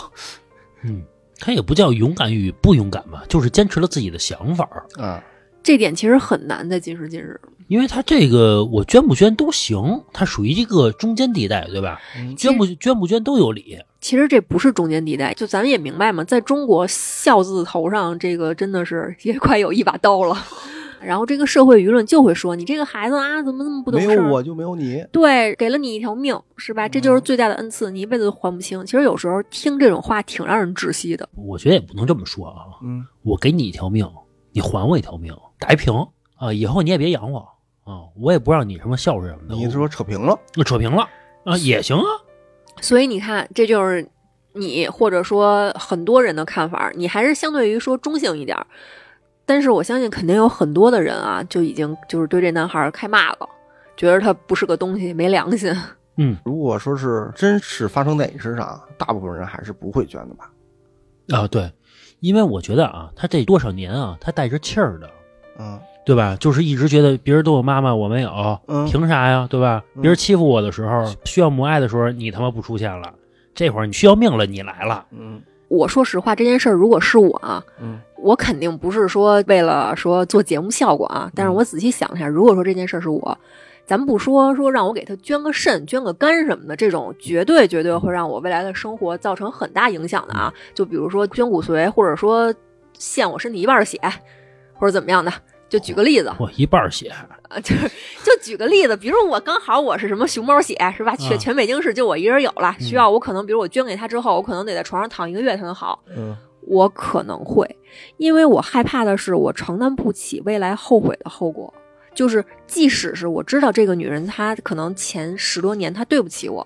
嗯，他也不叫勇敢与不勇敢吧，就是坚持了自己的想法儿。
嗯
啊，
这点其实很难在今时今日。
因为他这个我捐不捐都行，他属于一个中间地带，对吧？捐不捐不捐都有理。
其实这不是中间地带，就咱们也明白嘛，在中国孝字头上，这个真的是也快有一把刀了。然后这个社会舆论就会说你这个孩子啊，怎么那么不懂
没
事？
有我嗯就没有你，
对，给了你一条命，是吧？这就是最大的恩赐，你一辈子都还不清。其实有时候听这种话挺让人窒息的。
我觉得也不能这么说啊，
嗯，
我给你一条命，你还我一条命，打一平啊！以后你也别养我啊，我也不让你什么孝顺什么的。
你说扯平了，
我扯平了啊，也行啊。
所以你看，这就是你或者说很多人的看法，你还是相对于说中性一点儿。但是我相信，肯定有很多的人啊，就已经就是对这男孩儿开骂了，觉得他不是个东西，没良心。
如果说是真是发生在你身上，大部分人还是不会捐的吧？
啊，对，因为我觉得啊，他这多少年啊，他带着气儿的，
嗯
对吧？就是一直觉得别人都有妈妈，我没有，
嗯
凭啥呀？对吧？
嗯
别人欺负我的时候，需要母爱的时候，你他妈不出现了，这会儿你需要命了，你来了，
嗯
我说实话，这件事儿如果是我啊，
嗯
我肯定不是说为了说做节目效果啊。但是我仔细想一下，如果说这件事儿是我，咱不说说让我给他捐个肾、捐个肝什么的，这种绝对绝对会让我未来的生活造成很大影响的啊。就比如说捐骨髓，或者说献我身体一半儿的血，或者怎么样的。就举个例子，
我一半儿血，
啊，就是就举个例子，比如我刚好我是什么熊猫血是吧？全
啊
全北京市就我一人有了，
嗯
需要我可能比如我捐给他之后，我可能得在床上躺一个月才能好。
嗯
我可能会，因为我害怕的是我承担不起未来后悔的后果。就是即使是我知道这个女人，她可能前十多年她对不起我，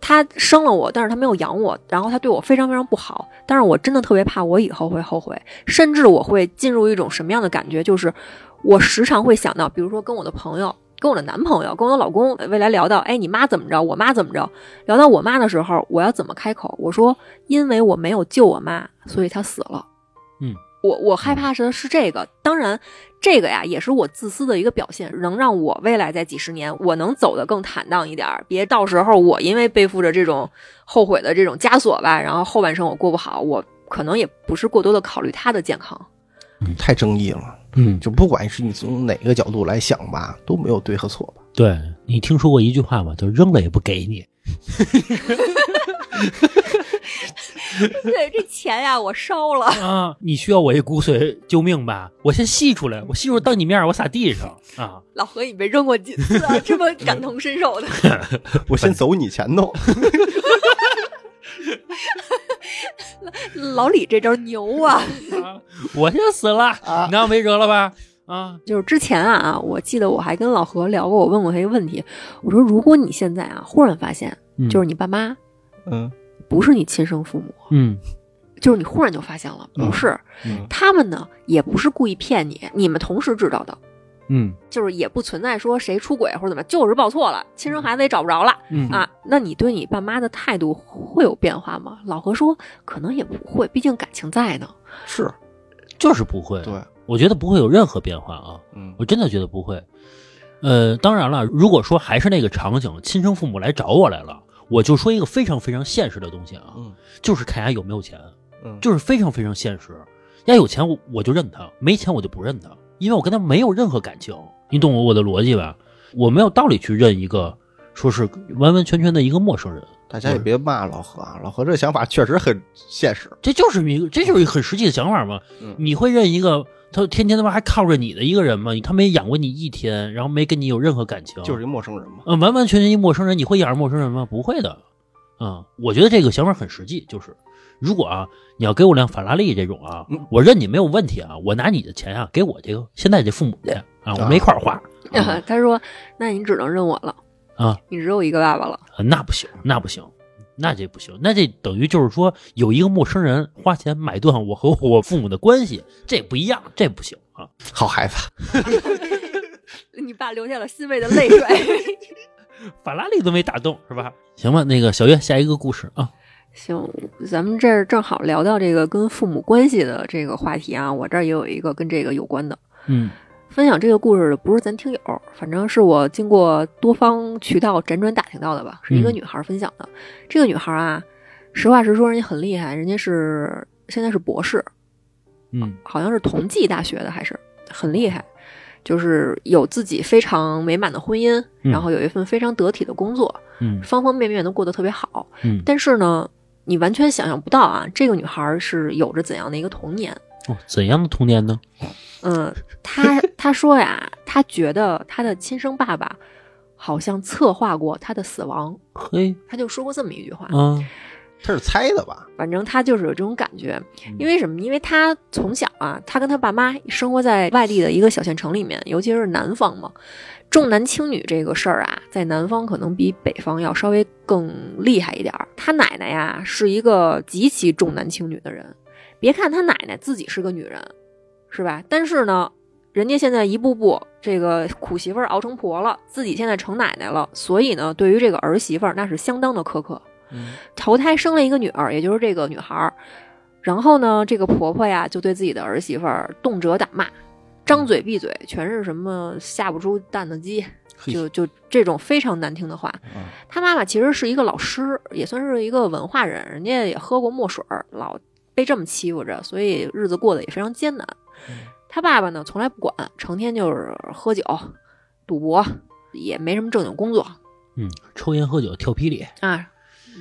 她生了我，但是她没有养我，然后她对我非常非常不好，但是我真的特别怕我以后会后悔，甚至我会进入一种什么样的感觉？就是我时常会想到，比如说跟我的朋友。跟我的男朋友，跟我的老公，未来聊到，哎，你妈怎么着，我妈怎么着，聊到我妈的时候，我要怎么开口？我说，因为我没有救我妈，所以她死了。
嗯，
我我害怕的是这个。当然，这个呀也是我自私的一个表现，能让我未来在几十年我能走得更坦荡一点儿，别到时候我因为背负着这种后悔的这种枷锁吧，然后后半生我过不好，我可能也不是过多的考虑她的健康。
太争议了。
嗯，
就不管是你从哪个角度来想吧，都没有对和错 吧？
对你听说过一句话吗？就扔了也不给你。
对，这钱呀我烧了。
啊，你需要我一骨髓救命吧？我先吸出来，我吸出来当你面儿，我撒地上啊！
老何，你被扔过几次啊？这么感同身受的。
我先走你前头，
老李这招牛啊！
我先死了，你当我没辙了吧？啊，
就是之前啊，我记得我还跟老何聊过，我问过他一个问题，我说如果你现在啊忽然发现，就是你爸妈
嗯
不是你亲生父母，
嗯
就是你忽然就发现了，
嗯
不是，
嗯
他们呢也不是故意骗你，你们同时知道的，
嗯
就是也不存在说谁出轨或者怎么，就是报错了，亲生孩子也找不着了。
嗯
啊，那你对你爸妈的态度会有变化吗？老何说，可能也不会，毕竟感情在呢。
是
就是不会，
对，
我觉得不会有任何变化啊，
嗯
我真的觉得不会。呃，当然了，如果说还是那个场景，亲生父母来找我来了，我就说一个非常非常现实的东西啊，
嗯
就是看家有没有钱。
嗯，
就是非常非常现实。要有钱我我就认他，没钱我就不认他，因为我跟他没有任何感情。你懂我我的逻辑吧？我没有道理去认一个说是完完全全的一个陌生人，
大家也别骂老何啊，老何这想法确实很现实。
这就是一个这就是一个很实际的想法嘛。
嗯
你会认一个他天天他妈还靠着你的一个人吗？他没养过你一天，然后没跟你有任何感情，
就是一陌生人嘛。
嗯，完完全全一陌生人，你会养着陌生人吗？不会的，嗯，我觉得这个想法很实际，就是如果啊，你要给我辆法拉利这种啊，
嗯
我认你没有问题啊，我拿你的钱啊，给我这个现在这父母去啊，我们一块儿花啊
他说：“那你只能认我了，
啊
你只有一个爸爸了。
呃那不行，那不行，那这不行，那这等于就是说有一个陌生人花钱买断我和我父母的关系，这不一样，这不行啊。
好孩子，”
你爸流下了欣慰的泪水。
法拉利都没打动是吧？行吧，那个小月下一个故事啊，
行，咱们这儿正好聊到这个跟父母关系的这个话题啊，我这儿也有一个跟这个有关的。
嗯
分享这个故事的不是咱听友，反正是我经过多方渠道辗转打听到的吧，是一个
嗯
女孩分享的。这个女孩啊，实话实说，人家很厉害，人家是现在是博士，
嗯
好像是同济大学的，还是很厉害，就是有自己非常美满的婚姻，
嗯
然后有一份非常得体的工作，
嗯
方方面面都过得特别好。
嗯，
但是呢，你完全想象不到啊，这个女孩是有着怎样的一个童年？
哦，怎样的童年呢？
嗯，她她说呀，她觉得她的亲生爸爸好像策划过她的死亡，
嘿
她就说过这么一句话。
啊，
他是猜的吧？
反正她就是有这种感觉，因为什么？因为她从小啊，她跟她爸妈生活在外地的一个小县城里面，尤其是南方嘛，重男轻女这个事儿啊，在南方可能比北方要稍微更厉害一点儿。她奶奶呀，是一个极其重男轻女的人。别看她奶奶自己是个女人，是吧？但是呢，人家现在一步步这个苦媳妇儿熬成婆了，自己现在成奶奶了，所以呢，对于这个儿媳妇儿那是相当的苛刻。头胎生了一个女儿，也就是这个女孩儿。然后呢，这个婆婆呀，就对自己的儿媳妇儿动辄打骂，张嘴闭嘴全是什么下不出蛋的鸡，
嘿
就就这种非常难听的话。她妈妈其实是一个老师，也算是一个文化人，人家也喝过墨水儿，老被这么欺负着，所以日子过得也非常艰难。她爸爸呢，从来不管，成天就是喝酒、赌博，也没什么正经工作
嗯，抽烟喝酒跳霹雳
啊，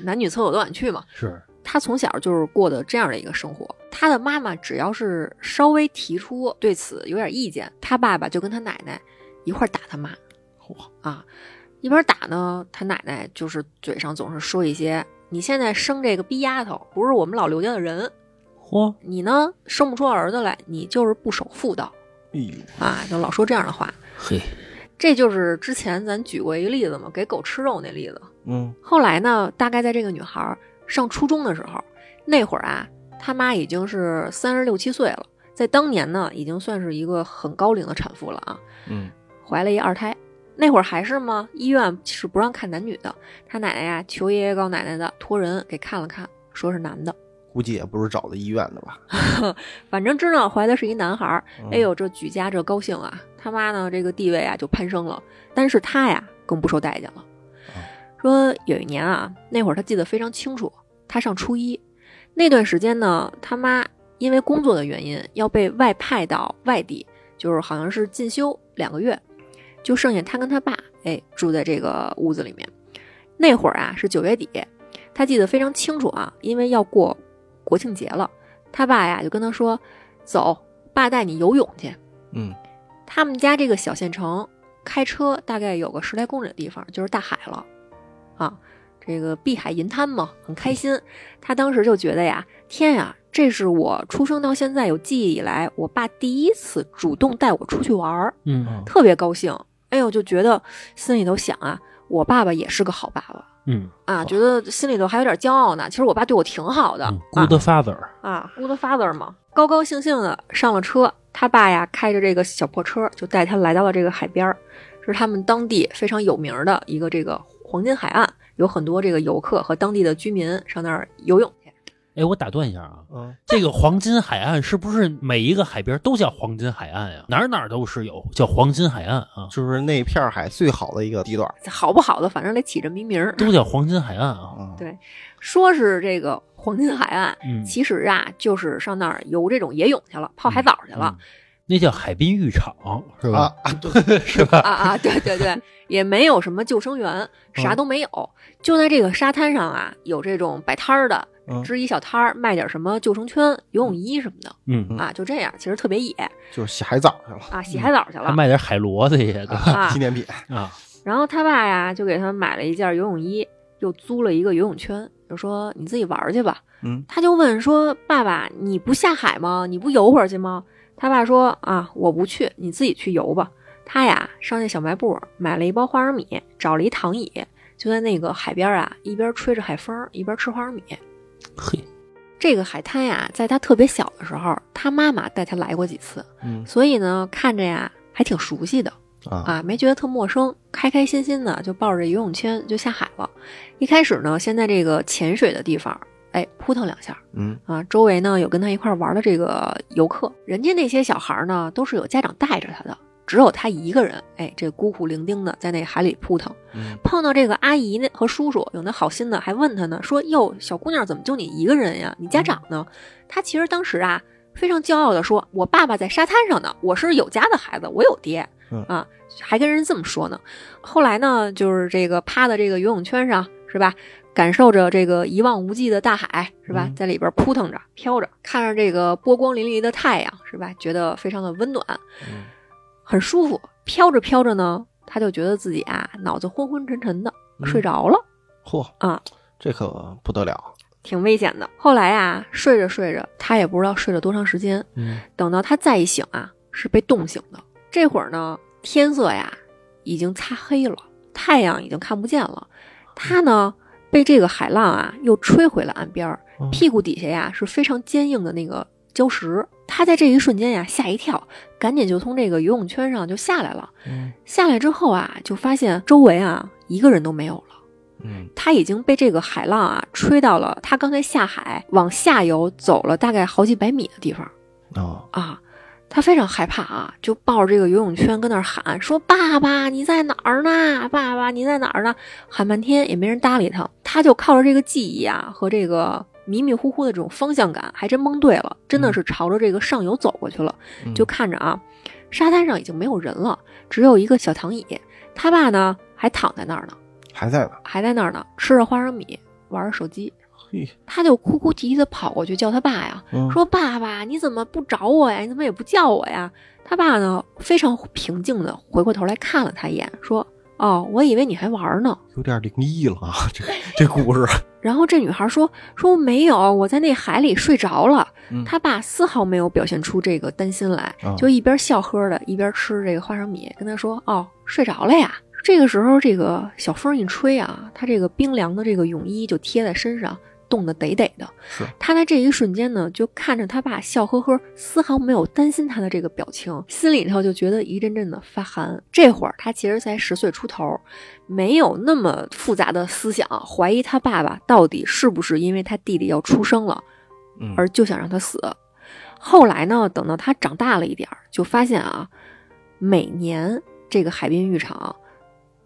男女厕所都敢去嘛。
是，
他从小就是过的这样的一个生活。他的妈妈只要是稍微提出对此有点意见，他爸爸就跟他奶奶一块儿打他妈。啊，一边打呢，他奶奶就是嘴上总是说一些“你现在生这个逼丫头，不是我们老刘家的人，
嚯，
你呢生不出儿子来，你就是不守妇道
哎呦，
啊”，就老说这样的话。
嘿，
这就是之前咱举过一个例子嘛，给狗吃肉那例子。
嗯，
后来呢，大概在这个女孩上初中的时候，那会儿啊，她妈已经是三十六七岁了，在当年呢，已经算是一个很高龄的产妇了啊，
嗯，
怀了一二胎。那会儿还是嘛，医院是不让看男女的。她奶奶呀，求爷爷告奶奶的，托人给看了看，说是男的，
估计也不是找的医院的吧？
反正知道怀的是一男孩儿。
嗯
哎，呦，这举家这高兴啊！他妈呢，这个地位啊就攀升了，但是他呀更不受待见了。说有一年啊，那会儿他记得非常清楚，他上初一那段时间呢，他妈因为工作的原因要被外派到外地，就是好像是进修两个月，就剩下他跟他爸哎住在这个屋子里面。那会儿啊是九月底，他记得非常清楚啊，因为要过国庆节了，他爸呀就跟他说：“走，爸带你游泳去。
嗯，”
他们家这个小县城，开车大概有个十来公里的地方就是大海了，啊，这个碧海银滩嘛，很开心。他当时就觉得呀，天呀，这是我出生到现在有记忆以来，我爸第一次主动带我出去玩儿。
嗯
特别高兴。哎呦，就觉得心里头想啊，我爸爸也是个好爸爸
嗯
啊，觉得心里头还有点骄傲呢。其实我爸对我挺好的、
嗯，Good Father，
啊，Good Father 嘛。高高兴兴的上了车，他爸呀开着这个小破车就带他来到了这个海边儿，是他们当地非常有名儿的一个这个黄金海岸，有很多这个游客和当地的居民上那儿游泳去。
哎，我打断一下啊，
嗯，
这个黄金海岸是不是每一个海边都叫黄金海岸呀、哪儿哪儿都是有叫黄金海岸啊，
就是那片海最好的一个地段
好不好的，反正得起这么一名儿。
都叫黄金海岸啊。
啊。
对说是这个黄金海岸，
嗯，
其实啊，就是上那儿游这种野泳去了，泡海澡去了、
嗯那叫海滨浴场是吧？
啊啊，对，是吧？
啊啊！对对对，也没有什么救生员，
嗯
啥都没有，就在这个沙滩上啊，有这种摆摊儿的，
嗯，
支一小摊儿，卖点什么救生圈、游泳衣什么的、
嗯，
啊，就这样，其实特别野
就是洗海澡去了
啊，洗海澡去了
还。卖点海螺这些的
啊
纪念品。
啊。
然后他爸呀，就给他买了一件游泳衣，又租了一个游泳圈，就说你自己玩儿去吧。
嗯，
他就问说：“爸爸，你不下海吗？你不游会儿去吗？”他爸说：“啊，我不去，你自己去游吧。”他呀，上那小卖部买了一包花生米，找了一躺椅，就在那个海边啊，一边吹着海风，一边吃花生米。
嘿，
这个海滩呀，在他特别小的时候，他妈妈带他来过几次，
嗯
所以呢，看着呀还挺熟悉的。
啊，
啊，没觉得特陌生，开开心心的就抱着游泳圈就下海了。一开始呢，先在这个潜水的地方，哎，扑腾两下
嗯
啊。周围呢有跟他一块玩的这个游客，人家那些小孩呢都是有家长带着他的，只有他一个人，哎，这孤苦伶仃的在那海里扑腾。
嗯
碰到这个阿姨呢和叔叔，有那好心的还问他呢，说：“哟，小姑娘怎么就你一个人呀？你家长呢？”他其实当时啊非常骄傲的说：“我爸爸在沙滩上呢，我是有家的孩子，我有爹。
嗯
啊，还跟人这么说呢。后来呢，就是这个趴在这个游泳圈上，是吧？感受着这个一望无际的大海，是吧？
嗯
在里边扑腾着、飘着，看着这个波光粼粼的太阳，是吧？觉得非常的温暖。
嗯
啊很舒服。飘着飘着呢，他就觉得自己啊脑子昏昏沉沉的，
嗯
睡着了，
嚯
啊，
这可不得了。
挺危险的。后来啊，睡着睡着，他也不知道睡了多长时间，
嗯
等到他再一醒啊，是被冻醒的。这会儿呢，天色呀已经擦黑了，太阳已经看不见了。他呢被这个海浪啊又吹回了岸边儿
哦，
屁股底下呀是非常坚硬的那个礁石。他在这一瞬间呀吓一跳，赶紧就从这个游泳圈上就下来了。
嗯
下来之后啊，就发现周围啊一个人都没有了。
嗯
他已经被这个海浪啊吹到了他刚才下海往下游走了大概好几百米的地方
啊，
啊。他非常害怕啊，就抱着这个游泳圈跟那儿喊说：“爸爸，你在哪儿呢？爸爸，你在哪儿呢？”喊半天也没人搭理他，他就靠着这个记忆啊和这个迷迷糊糊的这种方向感，还真蒙对了，真的是朝着这个上游走过去了。
嗯
就看着啊，沙滩上已经没有人了，只有一个小躺椅。他爸呢还躺在那儿呢，
还在呢。
还在那儿呢，吃着花生米，玩着手机。
嘿，
他就哭哭啼啼的跑过去叫他爸呀，
嗯
说：“爸爸，你怎么不找我呀？你怎么也不叫我呀？”他爸呢非常平静的回过头来看了他一眼，说：“哦，我以为你还玩呢。”
有点灵异了啊，这这故事。
然后这女孩说：“说没有，我在那海里睡着了。
嗯
她爸丝毫没有表现出这个担心来，
啊
就一边笑呵的，一边吃这个花生米，跟她说：“哦，睡着了呀。”这个时候，这个小风一吹啊，她这个冰凉的这个泳衣就贴在身上，冻得得得的。
是
她在这一瞬间呢，就看着她爸笑呵呵，丝毫没有担心她的这个表情，心里头就觉得一阵阵的发寒。这会儿她其实才十岁出头，没有那么复杂的思想，怀疑他爸爸到底是不是因为他弟弟要出生了
嗯
而就想让他死。后来呢，等到他长大了一点儿，就发现啊，每年这个海滨浴场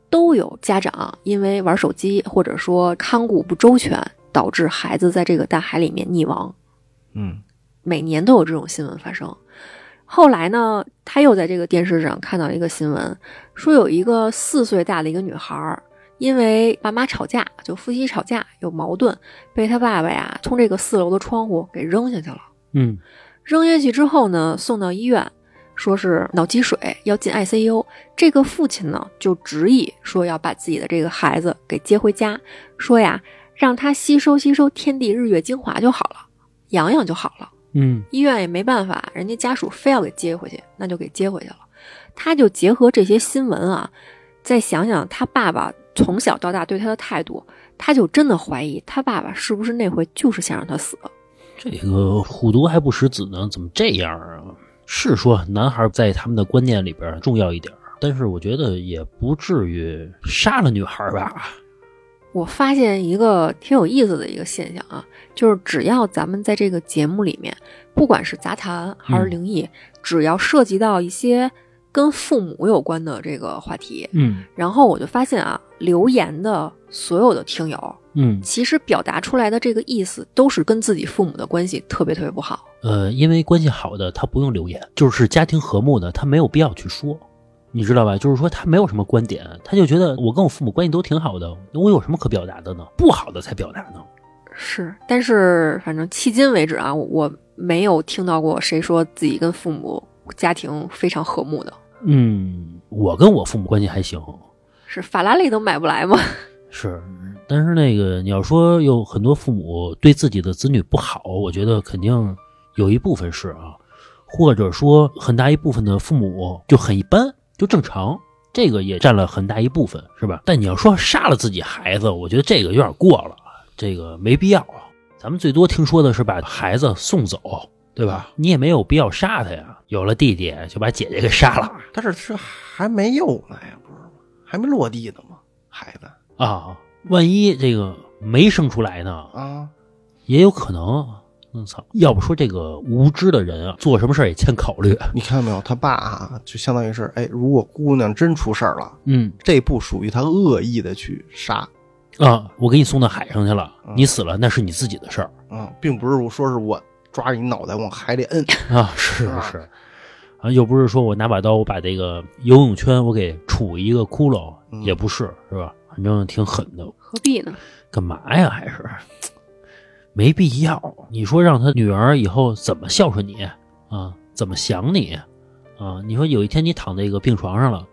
都有家长因为玩手机或者说看顾不周全，导致孩子在这个大海里面溺亡。
嗯
每年都有这种新闻发生。后来呢，他又在这个电视上看到一个新闻，说有一个四岁大的一个女孩儿，因为爸妈吵架，就夫妻吵架有矛盾，被他爸爸呀从这个四楼的窗户给扔下去了。
嗯，
扔下去之后呢，送到医院，说是脑积水，要进 ICU。这个父亲呢，就执意说要把自己的这个孩子给接回家，说呀，让他吸收吸收天地日月精华就好了，养养就好了。
嗯
医院也没办法，人家家属非要给接回去，那就给接回去了。他就结合这些新闻啊，再想想他爸爸从小到大对他的态度，他就真的怀疑他爸爸是不是那回就是想让他死。
这个虎毒还不食子呢，怎么这样啊？是说男孩在他们的观念里边重要一点儿，但是我觉得也不至于杀了女孩吧？
我发现一个挺有意思的一个现象啊，就是只要咱们在这个节目里面，不管是杂谈还是灵异，只要涉及到一些跟父母有关的这个话题，
嗯
然后我就发现啊，留言的所有的听友，
嗯，
其实表达出来的这个意思，都是跟自己父母的关系特别特别不好。
呃，因为关系好的他不用留言，就是家庭和睦的他没有必要去说，你知道吧？就是说他没有什么观点，他就觉得我跟我父母关系都挺好的，我有什么可表达的呢？不好的才表达呢。
是，但是反正迄今为止啊，我我没有听到过谁说自己跟父母家庭非常和睦的。
嗯，我跟我父母关系还行，
是法拉利都买不来吗？
是，但是那个你要说有很多父母对自己的子女不好，我觉得肯定有一部分是啊，或者说很大一部分的父母就很一般，就正常，这个也占了很大一部分，是吧？但你要说杀了自己孩子，我觉得这个有点过了，这个没必要啊。咱们最多听说的是把孩子送走，对吧？你也没有必要杀他呀。有了弟弟就把姐姐给杀了
但是这还没有呢呀，不是吗？还没落地呢吗？孩子
啊！万一这个没生出来呢？
啊，
也有可能啊。嗯，操！要不说这个无知的人啊，做什么事儿也欠考虑。
你看到没有？他爸啊，就相当于是，哎，如果姑娘真出事儿了，
嗯
这不属于他恶意的去杀，
啊，我给你送到海上去了，
嗯
你死了那是你自己的事儿
嗯，并不是说是我抓着你脑袋往海里摁，
啊。是
啊
是，啊，又不是说我拿把刀，我把这个游泳圈我给杵一个窟窿，
嗯
也不是，是吧？反正挺狠的，
何必呢？
干嘛呀？还是没必要。你说让他女儿以后怎么孝顺你啊？怎么想你啊？你说有一天你躺在一个病床上了，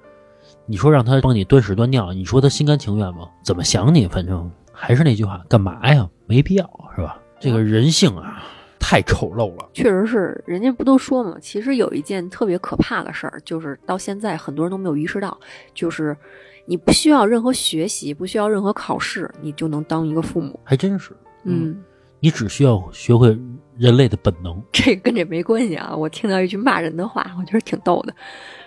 你说让他帮你端屎端尿，你说他心甘情愿吗？怎么想你？反正还是那句话，干嘛呀？没必要，是吧？这个人性啊，太丑陋了。
确实是，人家不都说嘛，其实有一件特别可怕的事儿，就是到现在很多人都没有意识到，就是你不需要任何学习，不需要任何考试，你就能当一个父母。
还真是，
嗯，
你只需要学会人类的本能。
这跟这没关系啊。我听到一句骂人的话，我觉得挺逗的，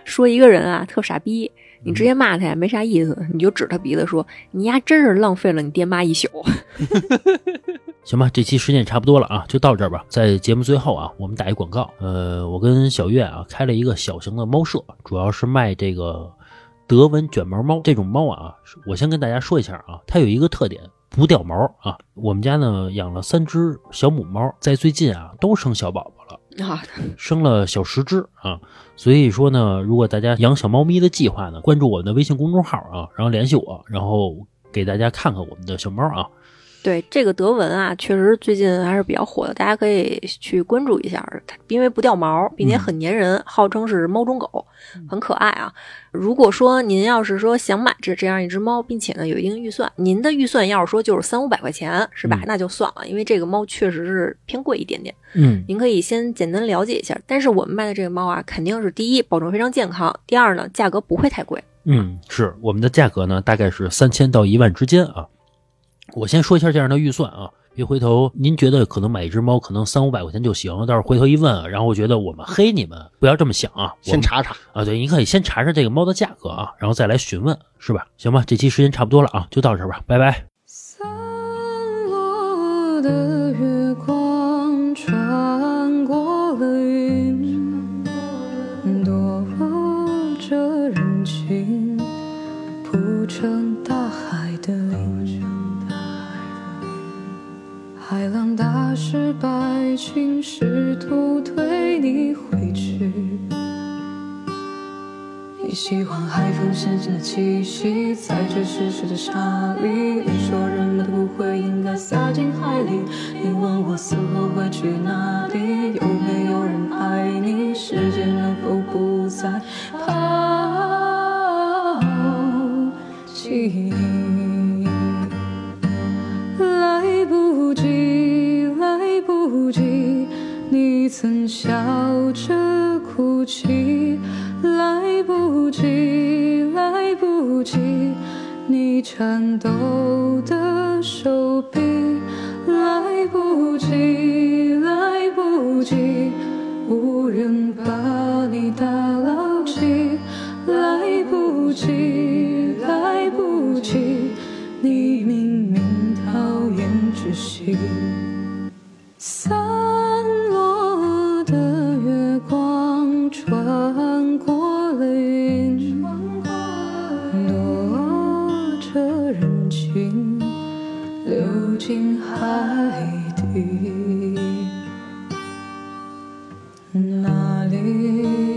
说一个人啊特傻逼，你直接骂他呀没啥意思，你就指他鼻子说你呀真是浪费了你爹妈一宿。
行吧，这期时间也差不多了啊，就到这儿吧。在节目最后啊，我们打一广告。呃，我跟小月啊开了一个小型的猫舍，主要是卖这个德文卷毛猫这种猫啊。我先跟大家说一下啊，它有一个特点，不掉毛啊。我们家呢养了三只小母猫，在最近啊都生小宝宝了。
啊，
生了小十只啊，所以说呢，如果大家养小猫咪的计划呢，关注我们的微信公众号啊，然后联系我，然后给大家看看我们的小猫啊。
对这个德文啊，确实最近还是比较火的，大家可以去关注一下。它因为不掉毛，并且很粘人，号称是猫中狗，很可爱啊。如果说您要是说想买这这样一只猫，并且呢有一定预算，您的预算要是说就是三五百块钱，是吧？
嗯
那就算了，因为这个猫确实是偏贵一点点。
嗯
您可以先简单了解一下。但是我们卖的这个猫啊，肯定是第一，保证非常健康；第二呢，价格不会太贵。
嗯，是我们的价格呢，大概是三千到一万之间啊。我先说一下这样的预算啊，别回头您觉得可能买一只猫可能三五百块钱就行，到时候回头一问，然后我觉得我们黑你们，不要这么想啊，我
先
们
查查。
啊，对，您可以先查查这个猫的价格啊，然后再来询问，是吧？行吧，这期时间差不多了啊，就到这儿吧，拜拜。
散落的月光穿过了云层，躲望着人群，铺成大海的林。海浪打湿白裙，试图推你回去。你喜欢海风阵阵的气息，在这湿湿的沙里，你说人们的骨灰应该撒进海里。你问我死后会去哪里，有没有人爱你，时间能否不再抛弃你？来不及，来不及，你曾笑着哭泣，来不及，来不及，你颤抖的手臂，来不及，来不及，无人把你打捞起，来不及，来不及，你明明。去。散落的月光穿过了云，躲着人群，流进海底。哪里？